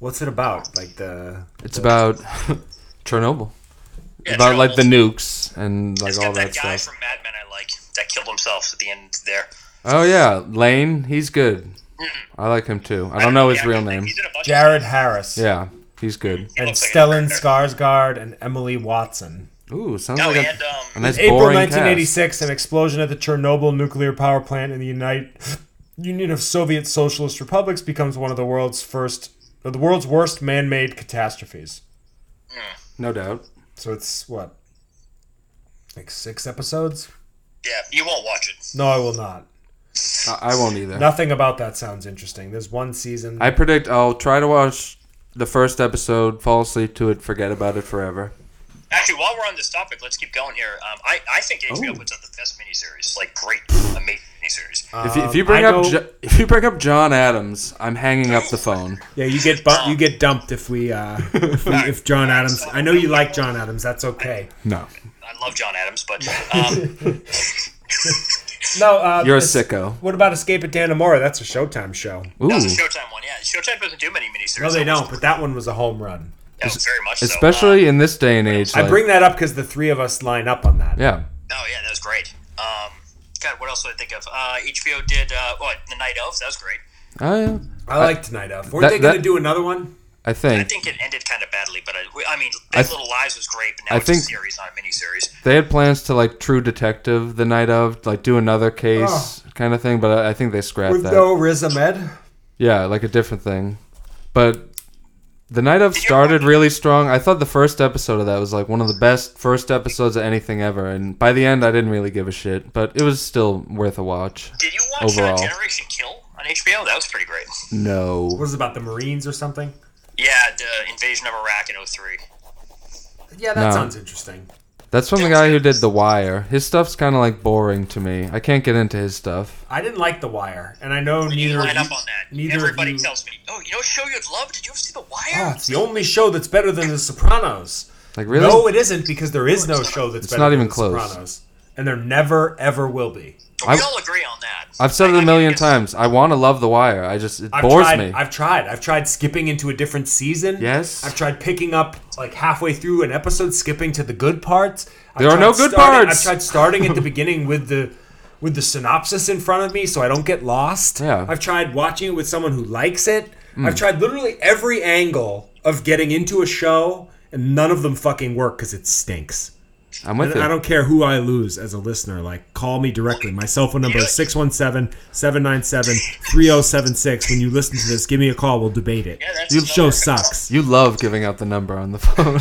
S2: What's it about? Like the
S1: It's about Chernobyl.
S3: Yeah,
S1: About like
S3: Chernobyl.
S1: the nukes and like
S3: It's
S1: all
S3: got that,
S1: that
S3: guy
S1: stuff.
S3: from Mad Men I like that killed himself at the end there.
S1: Oh yeah, Lane, he's good. I like him too. I don't know his
S3: Yeah,
S1: real
S3: he's-
S1: name.
S3: He's in a bunch of
S2: Jared Harris
S1: Yeah, he's good.
S3: He
S2: and
S3: looks like a
S2: Stellan
S3: character.
S2: Skarsgård and Emily Watson.
S1: Ooh, sounds
S3: Oh,
S1: like
S3: and,
S1: a,
S3: um,
S1: a nice
S2: April
S1: boring
S2: 1986, an explosion at the Chernobyl nuclear power plant in the Unite, Union of Soviet Socialist Republics becomes one of the world's first, or the world's worst man-made catastrophes.
S1: cast. No doubt.
S2: So it's what, like six episodes?
S3: Yeah, you won't watch it.
S2: No, I will not.
S1: I, I won't either.
S2: Nothing about that sounds interesting. There's one season.
S1: I predict I'll try to watch the first episode, fall asleep to it, forget about it forever.
S3: Actually, while we're on this topic, let's keep going here. Um, I, I think HBO
S1: Oh.
S3: puts out the best miniseries, like great, amazing miniseries.
S1: If you, if you
S2: Um,
S1: bring
S2: I
S1: up
S2: know-
S1: jo- if you bring up John Adams, I'm hanging up the phone.
S2: yeah, you get bu- you get dumped if we uh, if, we, if John Adams. I know you like John Adams. That's okay.
S1: No,
S3: I love John Adams, but um,
S2: No, uh,
S1: you're a
S2: it's-
S1: sicko.
S2: What about Escape at Dannemora? That's a Showtime show.
S1: Ooh,
S3: that's a Showtime one. Yeah, Showtime doesn't do many miniseries.
S2: No, they don't. But that one was a home run.
S3: No, very much so. uh,
S1: especially in this day and age.
S2: I
S1: like-
S2: bring that up because the three of us line up on that.
S1: yeah.
S3: Um, oh yeah, that was great. Um, God, what else did I think of? Uh, HBO did uh, what the night of. That was great.
S1: Oh, yeah.
S2: I like Tonight Of. Weren't
S1: That-
S2: they going to
S1: that-
S2: do another one?
S1: I
S3: I
S1: think
S3: think it ended kind of badly, but I, I mean, Big
S1: th-
S3: Little Lies was great, but now
S1: I
S3: it's a
S1: think-
S3: series, not a miniseries.
S1: they had plans to like True Detective the night of, like do another case kind of thing, but I, I think they scrapped
S2: Oh. With
S1: that.
S2: no Riz Ahmed?
S1: Yeah, like a different thing. But the night of
S3: you-
S1: started really strong. I thought the first episode of that was like one of the best first episodes of anything ever, and by the end, I didn't really give a shit. But it was still worth a watch.
S3: Did you watch uh,
S1: Overall.
S3: Generation Kill on HBO? That was pretty great.
S1: No,
S2: What is it about the Marines or something?
S3: Yeah, the invasion of Iraq in 03.
S2: Yeah, that
S1: No.
S2: sounds interesting.
S1: that's from the guy who did The Wire. His stuff's kind of like boring to me. I can't get into his stuff.
S2: I didn't like The Wire, and I know
S3: You
S2: neither.
S3: line
S2: of
S3: up
S2: you-
S3: on that.
S2: Neither of
S3: Everybody
S2: you-
S3: tells me, "Oh, you know, what show you'd love? Did you ever see The
S2: Ah,
S3: Wire?"
S2: it's the only show that's better than The Sopranos.
S1: Like really?
S2: No, it isn't because there is no show that's better
S1: not
S2: than
S1: even
S2: The
S1: close.
S2: Sopranos, and there never ever will be.
S3: we
S1: I've-
S3: all agree on that.
S1: I've said it
S3: I-
S1: a
S3: I
S1: million
S3: guess-
S1: times. I want to love The Wire. I just it
S2: I've
S1: bores
S2: tried,
S1: me.
S2: I've tried. I've tried skipping into a different season.
S1: Yes.
S2: I've tried picking up like halfway through an episode, skipping to the good parts. I've
S1: There are
S2: tried
S1: no good
S2: starting-
S1: parts.
S2: I've tried starting at the beginning with the with the synopsis in front of me so I don't get lost.
S1: Yeah. Hmm.
S2: I've tried watching it with someone who likes it. I've tried literally every angle of getting into a show, and none of them fucking work because it stinks.
S1: I'm with
S2: And
S1: you.
S2: I don't care who I lose as a listener. Like, call me directly. My cell phone number is 617 797 3076. When you listen to this, give me a call. We'll debate it.
S3: Yeah, that's
S2: Your
S3: another
S2: show
S3: good
S2: sucks.
S1: you love giving out the number on the phone.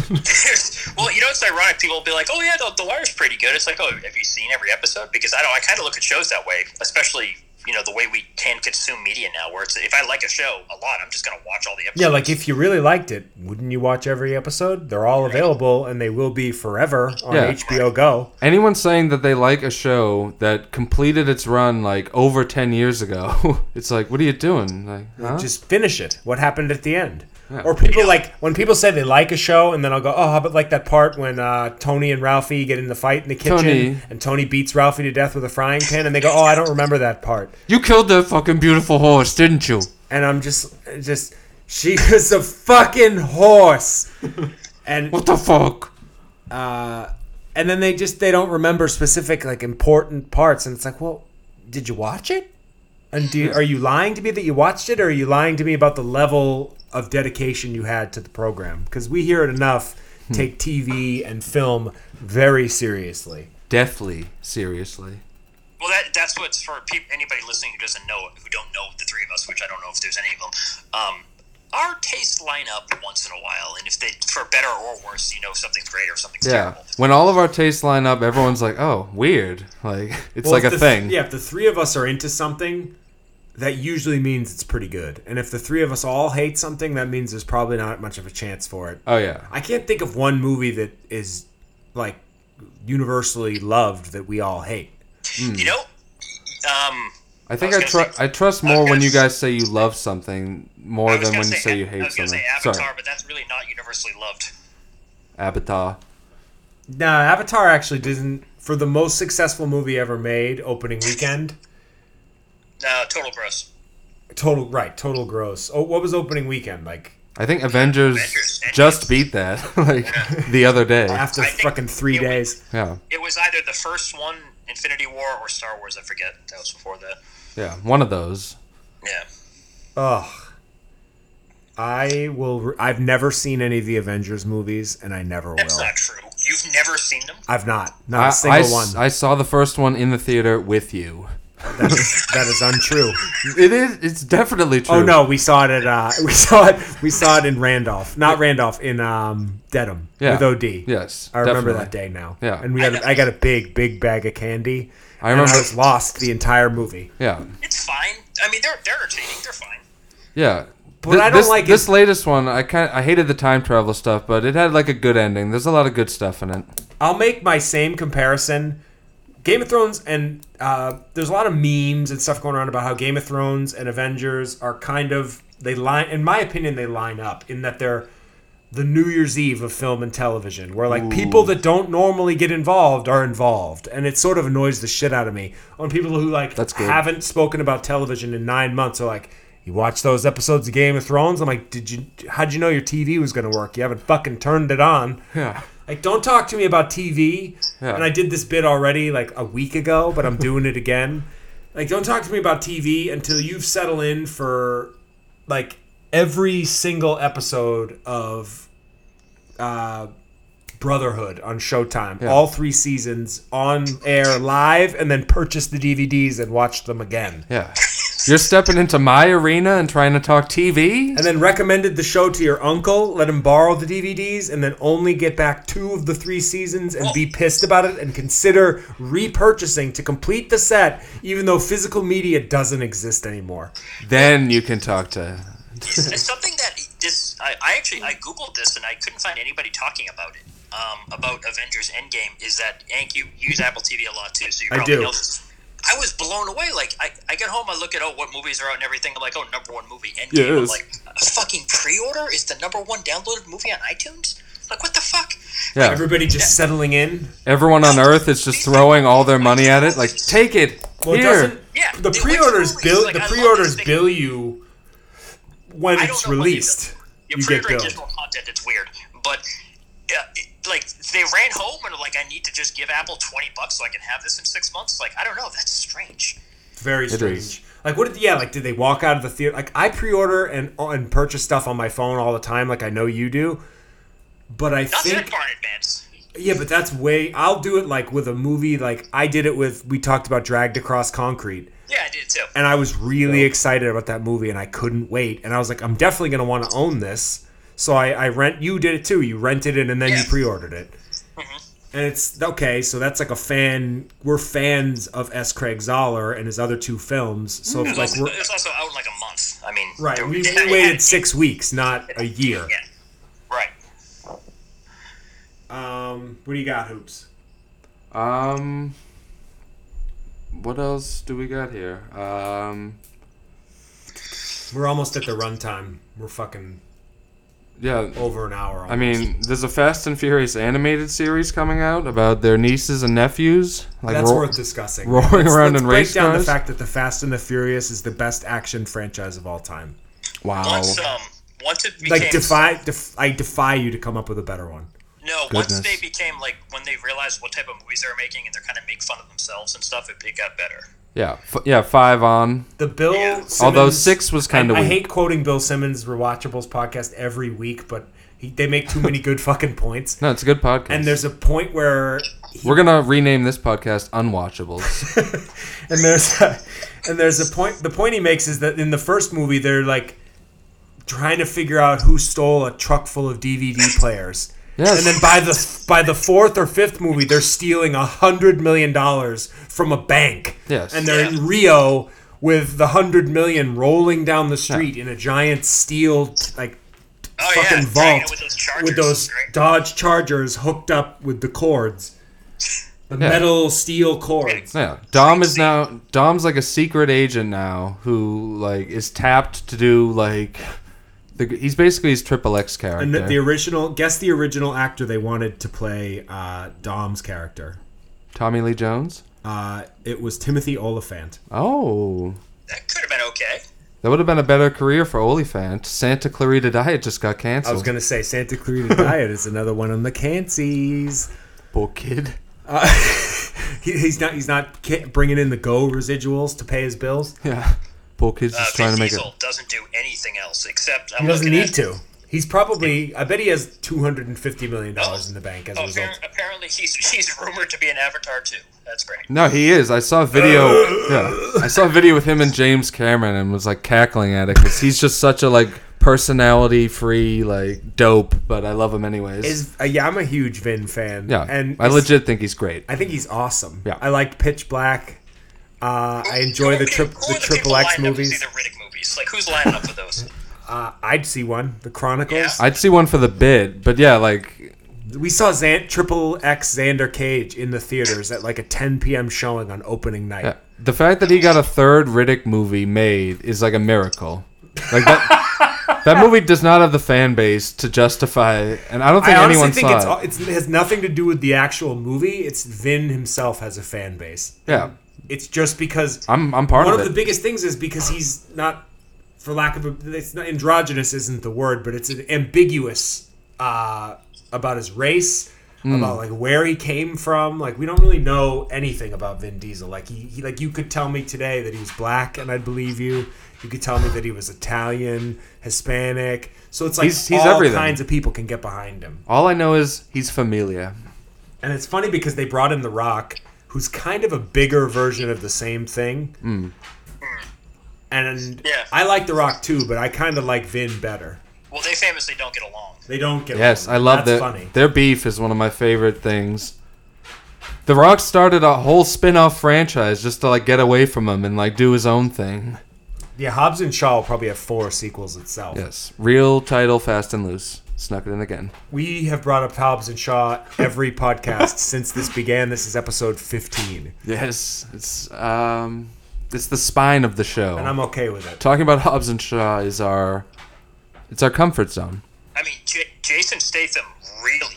S3: well, you know, it's ironic. People will be like, "Oh yeah, the, the Wire's pretty good." It's like, "Oh, have you seen every episode?" Because I don't. I kind of look at shows that way, especially you know the way we can consume media now. Where it's if I like a show a lot, I'm just going to watch all the episodes.
S2: Yeah, like if you really liked it, wouldn't you watch every episode? They're all available and they will be forever on
S1: Yeah.
S2: HBO Go.
S1: Anyone saying that they like a show that completed its run like over 10 years ago, it's like, what are you doing? Like, huh?
S2: Just finish it. What happened at the end? Or people like when people say they like a show, and then I'll go, oh, how about like that part when uh, Tony and Ralphie get in the fight in the kitchen,
S1: Tony.
S2: and Tony beats Ralphie to death with a frying pan, and they go, oh, I don't remember that part.
S1: you killed that fucking beautiful horse, didn't you?
S2: and I'm just just she was a fucking horse. And uh,
S1: What the fuck?
S2: and then they just they don't remember specific like important parts and it's like, "Well, did you watch it?" And do you, are you lying to me that you watched it or are you lying to me about the level of dedication you had to the program? Cuz we hear it enough take TV and film very seriously.
S1: Deathly, seriously.
S3: Well, that that's what's for peop anybody listening who doesn't know who don't know the three of us, which I don't know if there's any of them. Um, our tastes line up once in a while, and if they for better or worse, you know something's great or something's
S1: Yeah.
S3: terrible.
S1: When all of our tastes line up, everyone's like, oh, weird. Like, it's like a
S2: if the th-
S1: thing.
S2: yeah, if the three of us are into something, that usually means it's pretty good. And if the three of us all hate something, that means there's probably not much of a chance for it.
S1: Oh, yeah.
S2: I can't think of one movie that is like universally loved that we all hate.
S3: You know, um,
S1: I think
S3: I
S1: I,
S3: was
S1: tru-
S3: gonna say-
S1: I trust
S3: I was
S1: more when
S3: gonna
S1: you
S3: s-
S1: guys say you love something more
S3: I was
S1: than
S3: gonna
S1: when you say you
S3: I
S1: hate
S3: was gonna
S1: something.
S3: say Avatar,
S1: Sorry,
S3: but that's really not universally loved.
S1: Avatar.
S2: No, Avatar actually didn't. For the most successful movie ever made, opening weekend,
S3: No, total gross.
S2: total right, total gross. Oh, what was opening weekend like?
S1: I think Avengers,
S3: Avengers, Endgame.
S1: just beat that like the other day.
S2: After
S3: I think
S2: fucking three
S3: it was-
S2: days.
S1: Yeah,
S3: It was either the first one, Infinity War, or Star Wars. I forget. That was before the.
S1: yeah, one of those.
S3: Yeah.
S2: Ugh. I will. Re- I've never seen any of the Avengers movies, and I never
S3: That's
S2: will.
S3: not true. You've never seen them.
S2: I've not.
S1: I,
S2: Not a
S1: I
S2: single
S1: s-
S2: one.
S1: I saw the first one in the theater with you.
S2: that, is, that is untrue.
S1: It is. It's definitely true.
S2: Oh no, we saw it at uh, we saw it we saw it in Randolph, not Randolph in um Dedham
S1: Yeah.
S2: with OD.
S1: Yes,
S2: I remember
S1: definitely.
S2: that day now.
S1: Yeah.
S2: and we got I got a big big bag of candy.
S1: I
S2: and I
S1: remember-
S2: was lost the entire movie.
S1: Yeah.
S3: It's fine. I mean, they're they're entertaining. They're fine.
S1: Yeah.
S2: But I don't
S1: this,
S2: like it-
S1: this latest one. I kind I hated the time travel stuff, but it had like a good ending. There's a lot of good stuff in it.
S2: I'll make my same comparison. Game of Thrones and uh, there's a lot of memes and stuff going around about how Game of Thrones and Avengers are kind of they line in my opinion they line up in that they're the New Year's Eve of film and television where like people that don't normally get involved are involved and it sort of annoys the shit out of me on people who like
S1: That's good.
S2: haven't spoken about television in 9 months are like you watch those episodes of Game of Thrones I'm like did you how'd you know your TV was going to work you haven't fucking turned it on
S1: Yeah.
S2: like, don't talk to me about TV.
S1: Yeah.
S2: And I did this bit already like a week ago, but I'm doing it again. Like, don't talk to me about TV until you've settled in for like every single episode of uh, Brotherhood on Showtime, all three seasons on air live, and then purchase the DVDs and watch them again.
S1: Yeah. You're stepping into my arena and trying to talk TV.
S2: And then recommended the show to your uncle, let him borrow the DVDs, and then only get back two of the three seasons and be pissed about it and consider repurchasing to complete the set, even though physical media doesn't exist anymore.
S1: Then you can talk to.
S3: it's something that this I, I actually I googled this and I couldn't find anybody talking about it um, about Avengers Endgame is that Hank you use Apple TV a lot too so you
S2: I
S3: probably
S2: do.
S3: know this. I was blown away like I, I get home I look at oh what movies are out and everything I'm like oh number one movie Endgame I'm
S1: Yes.
S3: like a fucking pre-order is the number one downloaded movie on iTunes like what the fuck
S1: Yeah.
S2: Everybody just settling in.
S1: Everyone on Earth is just throwing all their money at it. Like, take it.
S2: Well, it
S1: Here.
S2: doesn't
S3: Yeah,
S2: the
S3: they- which
S2: pre-orders
S3: movies?
S2: bill
S3: Like,
S2: the
S3: I love
S2: pre-orders
S3: this thing.
S2: bill you when
S3: I don't
S2: it's
S3: know what they
S2: released.
S3: do. You're
S2: You get
S3: pre-ordering
S2: billed.
S3: digital content. It's weird, but yeah, it, like they ran home and were like, I need to just give Apple twenty bucks so I can have this in six months. Like, I don't know. That's strange.
S2: Very
S1: is.
S2: strange. Like what? Did, yeah, like did they walk out of the theater? Like I pre-order and and purchase stuff on my phone all the time, like I know you do. But I
S3: Not that
S2: think
S3: far in advance.
S2: yeah, but that's way. I'll do it like with a movie. Like I did it with. We talked about Dragged Across Concrete,
S3: Yeah, I did too.
S2: and I was really excited about that movie, and I couldn't wait. And I was like, I'm definitely gonna want to own this. So I, I rent. You did it too. You rented it and then you
S3: Yeah.
S2: pre-ordered it.
S3: Mm-hmm.
S2: And it's okay, so that's like a fan. We're fans of S. Craig Zoller and his other two films. So
S3: It was,
S2: if, like
S3: also,
S2: we're
S3: it was also out in like a month. I mean,
S2: Right.
S3: there-
S2: We,
S3: Mm. yeah,
S2: we waited six weeks, not a year.
S3: Yeah. Right.
S2: Um, what do you got, Hoops?
S1: Um, what else do we got here? Um,
S2: We're almost at the runtime. We're fucking
S1: yeah.
S2: over an hour.
S1: I mean, there's a Fast and Furious animated series coming out about their nieces and nephews. Like
S2: that's
S1: Ro-
S2: worth discussing.
S1: roaring
S2: Let's-
S1: around
S2: let's
S1: in
S2: break
S1: race
S2: down
S1: cars?
S2: the fact that the Fast and the Furious is the best action franchise of all time.
S1: Wow.
S3: Once um, once it became
S2: Oh. Like defy, def, I defy you to come up with a better one.
S3: no,
S1: Goodness.
S3: once they became like when they realized what type of movies they were making and they're kind of make fun of themselves and stuff, it, it got better.
S1: Yeah. F- yeah. Five on.
S2: The Bill,
S3: Yeah.
S2: Simmons,
S1: Although six was kinda
S2: I, I
S1: weak.
S2: hate quoting Bill Simmons' rewatchables podcast every week, but he, they make too many good fucking points.
S1: No, it's a good podcast.
S2: And there's a point where
S1: We're gonna rename this podcast Unwatchables.
S2: and there's a, and there's a point the point he makes is that in the first movie they're like trying to figure out who stole a truck full of DVD players.
S1: Yes.
S2: And then by the by the fourth or fifth movie they're stealing a hundred million dollars from a bank.
S1: Yes.
S2: And they're in Rio with the hundred million rolling down the street in a giant steel like
S3: Oh
S2: fucking
S3: yeah, dragging
S2: vault
S3: it with those chargers.
S2: with those
S3: right?
S2: Dodge Chargers hooked up with the cords. The metal steel cords.
S1: yeah. Dom is now. Dom's like a secret agent now, who like is tapped to do like. The, he's basically his triple X character.
S2: And the, the original, guess the original actor they wanted to play uh, Dom's character.
S1: Tommy Lee Jones.
S2: Uh, it was Timothy Oliphant.
S1: Oh.
S3: That could have been okay.
S1: That would have been a better career for Olifant. Santa Clarita Diet just got
S2: I
S1: canceled.
S2: was gonna say Santa Clarita Diet is another one on the Cancies.
S1: Poor kid.
S2: He, he's not. He's not ki- bringing in the Go residuals to pay his bills.
S1: Yeah. Poor kid's
S3: Uh,
S1: just
S3: Vin
S1: trying to make it.
S3: Diesel doesn't do anything else except I'm
S2: He doesn't
S3: looking
S2: need
S3: at,
S2: to. He's probably. I bet he has two hundred and fifty million dollars in the bank as a
S3: Oh,
S2: result.
S3: appar- apparently, he's he's rumored to be an Avatar too. That's great.
S1: No, he is. I saw a video. yeah, I saw a video with him and James Cameron, and was like cackling at it because he's just such a like personality-free like dope. But I love him anyways.
S2: Is uh, yeah, I'm a huge Vin fan.
S1: yeah,
S2: and
S1: I
S2: it's-
S1: legit think he's great.
S2: I think he's awesome.
S1: Yeah.
S2: I liked Pitch Black. Uh, I enjoy the,
S3: Who-
S2: trip
S3: who are
S2: the
S3: people
S2: Triple X
S3: lining up to
S2: movies.
S3: See the Riddick movies. Like who's lining up for those?
S2: Uh, I'd see one. The Chronicles.
S3: Yeah.
S1: I'd see one for the bid, but yeah, like
S2: We saw Xan- Triple X Xander Cage in the theaters at like a 10 p.m. showing on opening night.
S1: yeah, the fact that he got a third Riddick movie made is like a miracle. Like that. That movie does not have the fan base to justify, and I don't
S2: I
S1: think
S2: honestly
S1: anyone
S2: think
S1: saw
S2: it's,
S1: it.
S2: all- it's it has nothing to do with the actual movie. It's Vin himself has a fan base.
S1: yeah,
S2: It's just because
S1: I'm I'm part
S2: one
S1: of
S2: of
S1: it.
S2: the biggest things is because he's not, for lack of a, it's not androgynous isn't the word, but it's an ambiguous uh, about his race,
S1: Hmm.
S2: about like where he came from. Like we don't really know anything about Vin Diesel. Like he, he, like you could tell me today that he was black, and I'd believe you. You could tell me that he was Italian, Hispanic. So it's like
S1: He's- he's
S2: all
S1: everything.
S2: kinds of people can get behind him.
S1: all I know is he's familia.
S2: And it's funny because they brought in The Rock, who's kind of a bigger version of the same thing. And
S3: Yeah.
S2: I like The Rock too, but I kind of like Vin better.
S3: Well, they famously don't get along.
S2: They don't get
S1: Yes,
S2: along.
S1: I love that.
S2: That's funny.
S1: Their beef is one of my favorite things. The Rock started a whole spin-off franchise just to like get away from him and like do his own thing.
S2: Yeah, Hobbs and Shaw will probably have four sequels itself.
S1: Yes, real title, fast and loose. Snuck it in again.
S2: We have brought up Hobbs and Shaw every podcast since this began. This is episode 15,
S1: Yes, it's um, it's the spine of the show.
S2: and I'm okay with it.
S1: Talking about Hobbs and Shaw is our, it's our comfort zone.
S3: I mean, J- Jason Statham really,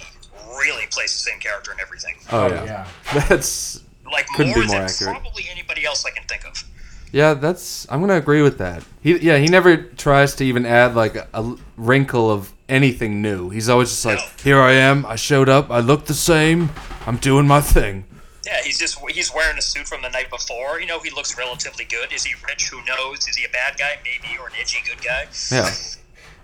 S3: really plays the same character in everything.
S1: Oh, yeah. that's
S3: Like
S1: couldn't
S3: more
S1: be
S3: than
S1: more accurate.
S3: probably anybody else I can think of.
S1: yeah, that's I'm gonna agree with that. He yeah he never tries to even add like a, wrinkle of anything new. He's always just like,
S3: No.
S1: here I am. I showed up. I look the same. I'm doing my thing.
S3: Yeah, he's just he's wearing a suit from the night before. You know, he looks relatively good. Is he rich? Who knows? Is he a bad guy? Maybe, or an edgy good guy?
S1: Yeah.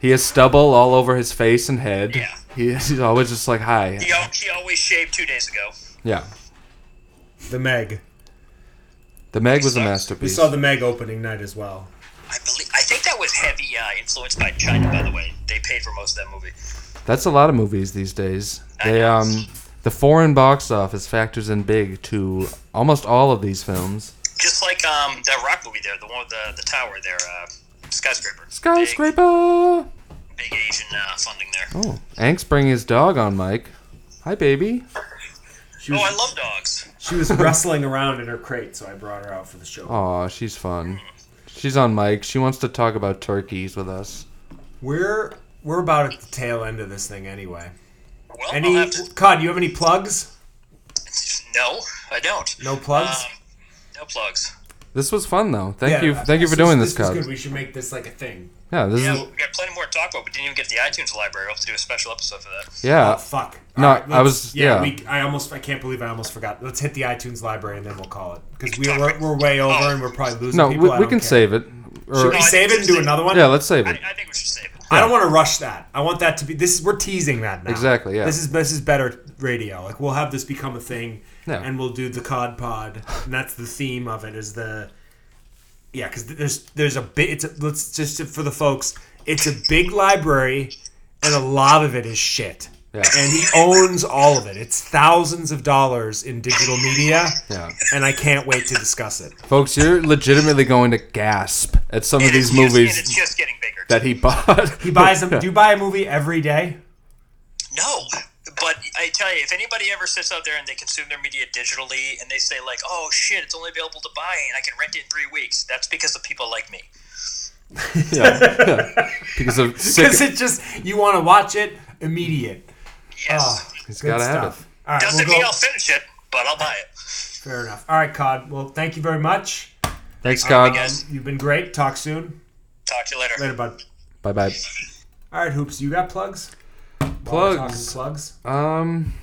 S1: He has stubble all over his face and head.
S3: Yeah.
S1: He, he's always just like, hi.
S3: He, al- he always shaved two days ago.
S1: Yeah.
S2: The Meg.
S1: The Meg was a
S3: Sucks.
S2: We
S1: masterpiece.
S2: saw the Meg opening night as well.
S3: I believe I think that was heavy uh, influenced by China. By the way, they paid for most of that movie.
S1: That's a lot of movies these days.
S3: I
S1: They
S3: know.
S1: um the foreign box office factors in big to almost all of these films.
S3: Just like um that rock movie there, the one with the the tower there, uh, skyscraper.
S1: Skyscraper.
S3: Big, big Asian uh, funding there.
S1: Oh, Anks bring his dog on Mike. Hi baby.
S2: She
S3: Oh, I
S2: was,
S3: love dogs.
S2: she was wrestling around in her crate, so I brought her out for the show.
S1: Aw, she's fun. She's on Mike. She wants to talk about turkeys with us.
S2: We're we're about at the tail end of this thing anyway.
S3: Well,
S2: Any
S3: I'll have to,
S2: Cod, you have any plugs?
S3: no, I don't.
S2: No plugs?
S3: Um, no plugs.
S1: This was fun though. Thank
S2: Yeah,
S1: you. Thank you for
S2: is-
S1: doing this,
S2: is
S1: Cub.
S2: good. We should make this like a thing.
S1: Yeah, this
S3: Yeah,
S1: is
S3: we got plenty more to talk about. We didn't even get to the iTunes library. We'll have to do a special episode for that.
S1: yeah.
S2: oh, fuck.
S1: Uh, no,
S2: All right,
S1: I was-
S2: let's-
S1: yeah.
S2: We, I almost. I can't believe I almost forgot. Let's hit the iTunes library and then we'll call it because we
S3: Talk
S2: are
S3: about-
S2: we're way over
S3: oh.
S2: and we're probably losing.
S1: No, we,
S2: people. I
S1: we
S2: don't
S1: can
S2: care.
S1: save it. Or,
S2: Should we
S3: No, I
S2: save it and
S3: think
S2: do
S3: we-
S2: another one?
S1: yeah, let's save
S3: I,
S1: it.
S3: I think we should save it.
S2: I don't want to rush that. I want that to be. This is we're teasing that now.
S1: Exactly, yeah.
S2: This is this is better radio. Like we'll have this become a thing,
S1: Yeah.
S2: and we'll do the Cod Pod, and that's the theme of it. Is the yeah? Because there's there's a bit. It's a, let's just for the folks. It's a big library, and a lot of it is shit.
S1: Yeah.
S2: And he owns all of it. It's thousands of dollars in digital media,
S1: Yeah.
S2: and I can't wait to discuss it.
S1: Folks, you're legitimately going to gasp at some of
S3: And
S1: these
S3: it's just-
S1: movies
S3: and it's just getting bigger.
S1: that he bought.
S2: He buys them. Do you buy a movie every day?
S3: No, but I tell you, if anybody ever sits out there and they consume their media digitally and they say like, "Oh shit, it's only available to buy and I can rent it in three weeks," that's because of people like me.
S1: because of
S2: Because
S1: sick.
S2: it just you want to watch it immediate.
S3: Yes,
S2: Oh,
S1: He's
S2: good
S1: gotta have
S2: stuff. All right,
S3: doesn't
S2: we'll
S3: mean
S2: go.
S3: I'll finish it, but I'll buy it.
S2: Fair enough. All right, Cod. Well, thank you very much.
S1: Thanks, God.
S3: guys.
S2: You've been great. Talk soon.
S3: Talk to you
S2: Later, bud.
S1: Bye bye.
S2: All right, hoops. You got plugs? While we're talking
S1: Plugs.
S2: Plugs.
S1: Um,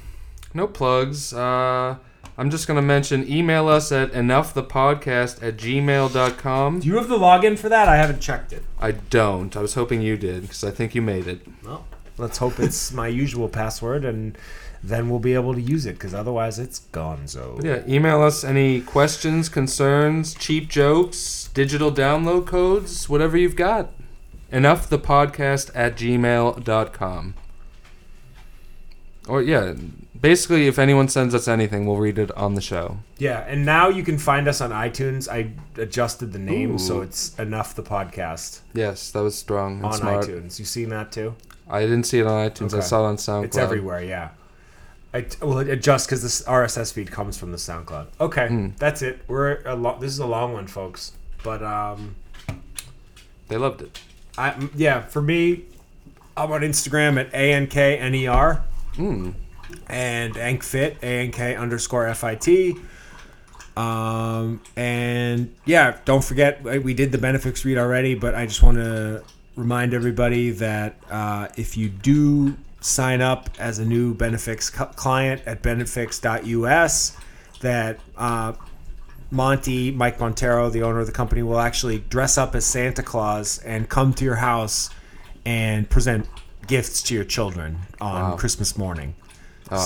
S1: no plugs. Uh, I'm just gonna mention email us at enoughthepodcast at gmail.com.
S2: Do you have the login for that? I haven't checked it.
S1: I don't. I was hoping you did because I think you made it.
S2: Well, let's hope it's my usual password, and then we'll be able to use it. Because otherwise, it's gonzo.
S1: Yeah, email us any questions, concerns, cheap jokes, digital download codes, whatever you've got. Enoughthepodcast at gmail.com. Or, yeah, basically, if anyone sends us anything, we'll read it on the show.
S2: Yeah, and now you can find us on iTunes. I adjusted the name so
S1: Ooh.
S2: it's enough the podcast
S1: Yes, that was strong and
S2: on
S1: smart.
S2: iTunes. You seen that too?
S1: I didn't see it on iTunes. I
S2: Okay.
S1: saw it on SoundCloud.
S2: It's everywhere, yeah. I well it adjusts because this RSS feed comes from the SoundCloud. Okay, that's it. We're a lo- this is a long one, folks. But um,
S1: They loved it.
S2: I m- yeah, for me, I'm on Instagram at a n k n e r and ankfit a n k underscore f i t. Um, and yeah, don't forget uh, we did the benefits read already, but I just want to remind everybody that uh, if you do sign up as a new benefits cu- client at benefits.us, that uh, Monty, Mike Montero, the owner of the company, will actually dress up as Santa Claus and come to your house and present gifts to your children on Christmas morning.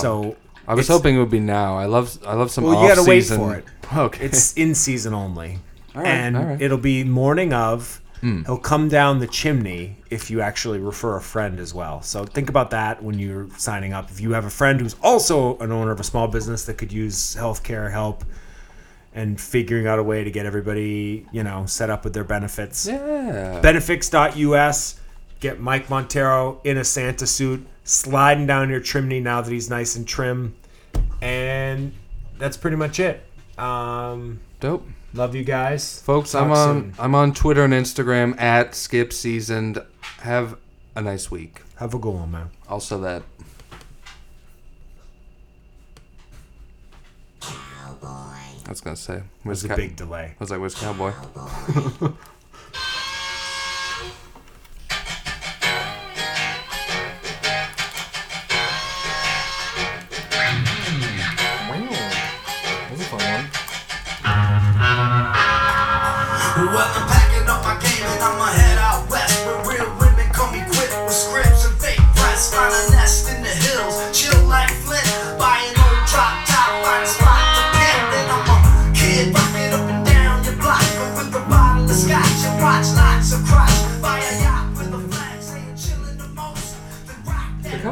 S2: So
S1: Oh. I was
S2: it's-
S1: hoping it would be now. I love I love some
S2: Well, you
S1: off
S2: gotta wait
S1: season.
S2: for it.
S1: Okay.
S2: It's in season only.
S1: right,
S2: and
S1: all right. Hmm.
S2: it'll be morning of. He'll come down the chimney if you actually refer a friend as well. So think about that when you're signing up. If you have a friend who's also an owner of a small business that could use healthcare help and figuring out a way to get everybody, you know, set up with their benefits.
S1: yeah.
S2: Benefits.us. Get Mike Montero in a Santa suit, sliding down your chimney now that he's nice and trim. And that's pretty much it. Um,
S1: Dope.
S2: Love you guys.
S1: Folks, I'm um,
S2: Talk
S1: on
S2: soon.
S1: I'm on Twitter and Instagram at skip seasoned. Have a nice week.
S2: Have a good one, man.
S1: Also that. I was gonna say, where's
S2: It's a
S1: Cow-
S2: big delay.
S1: Uh, I was like, where's cowboy?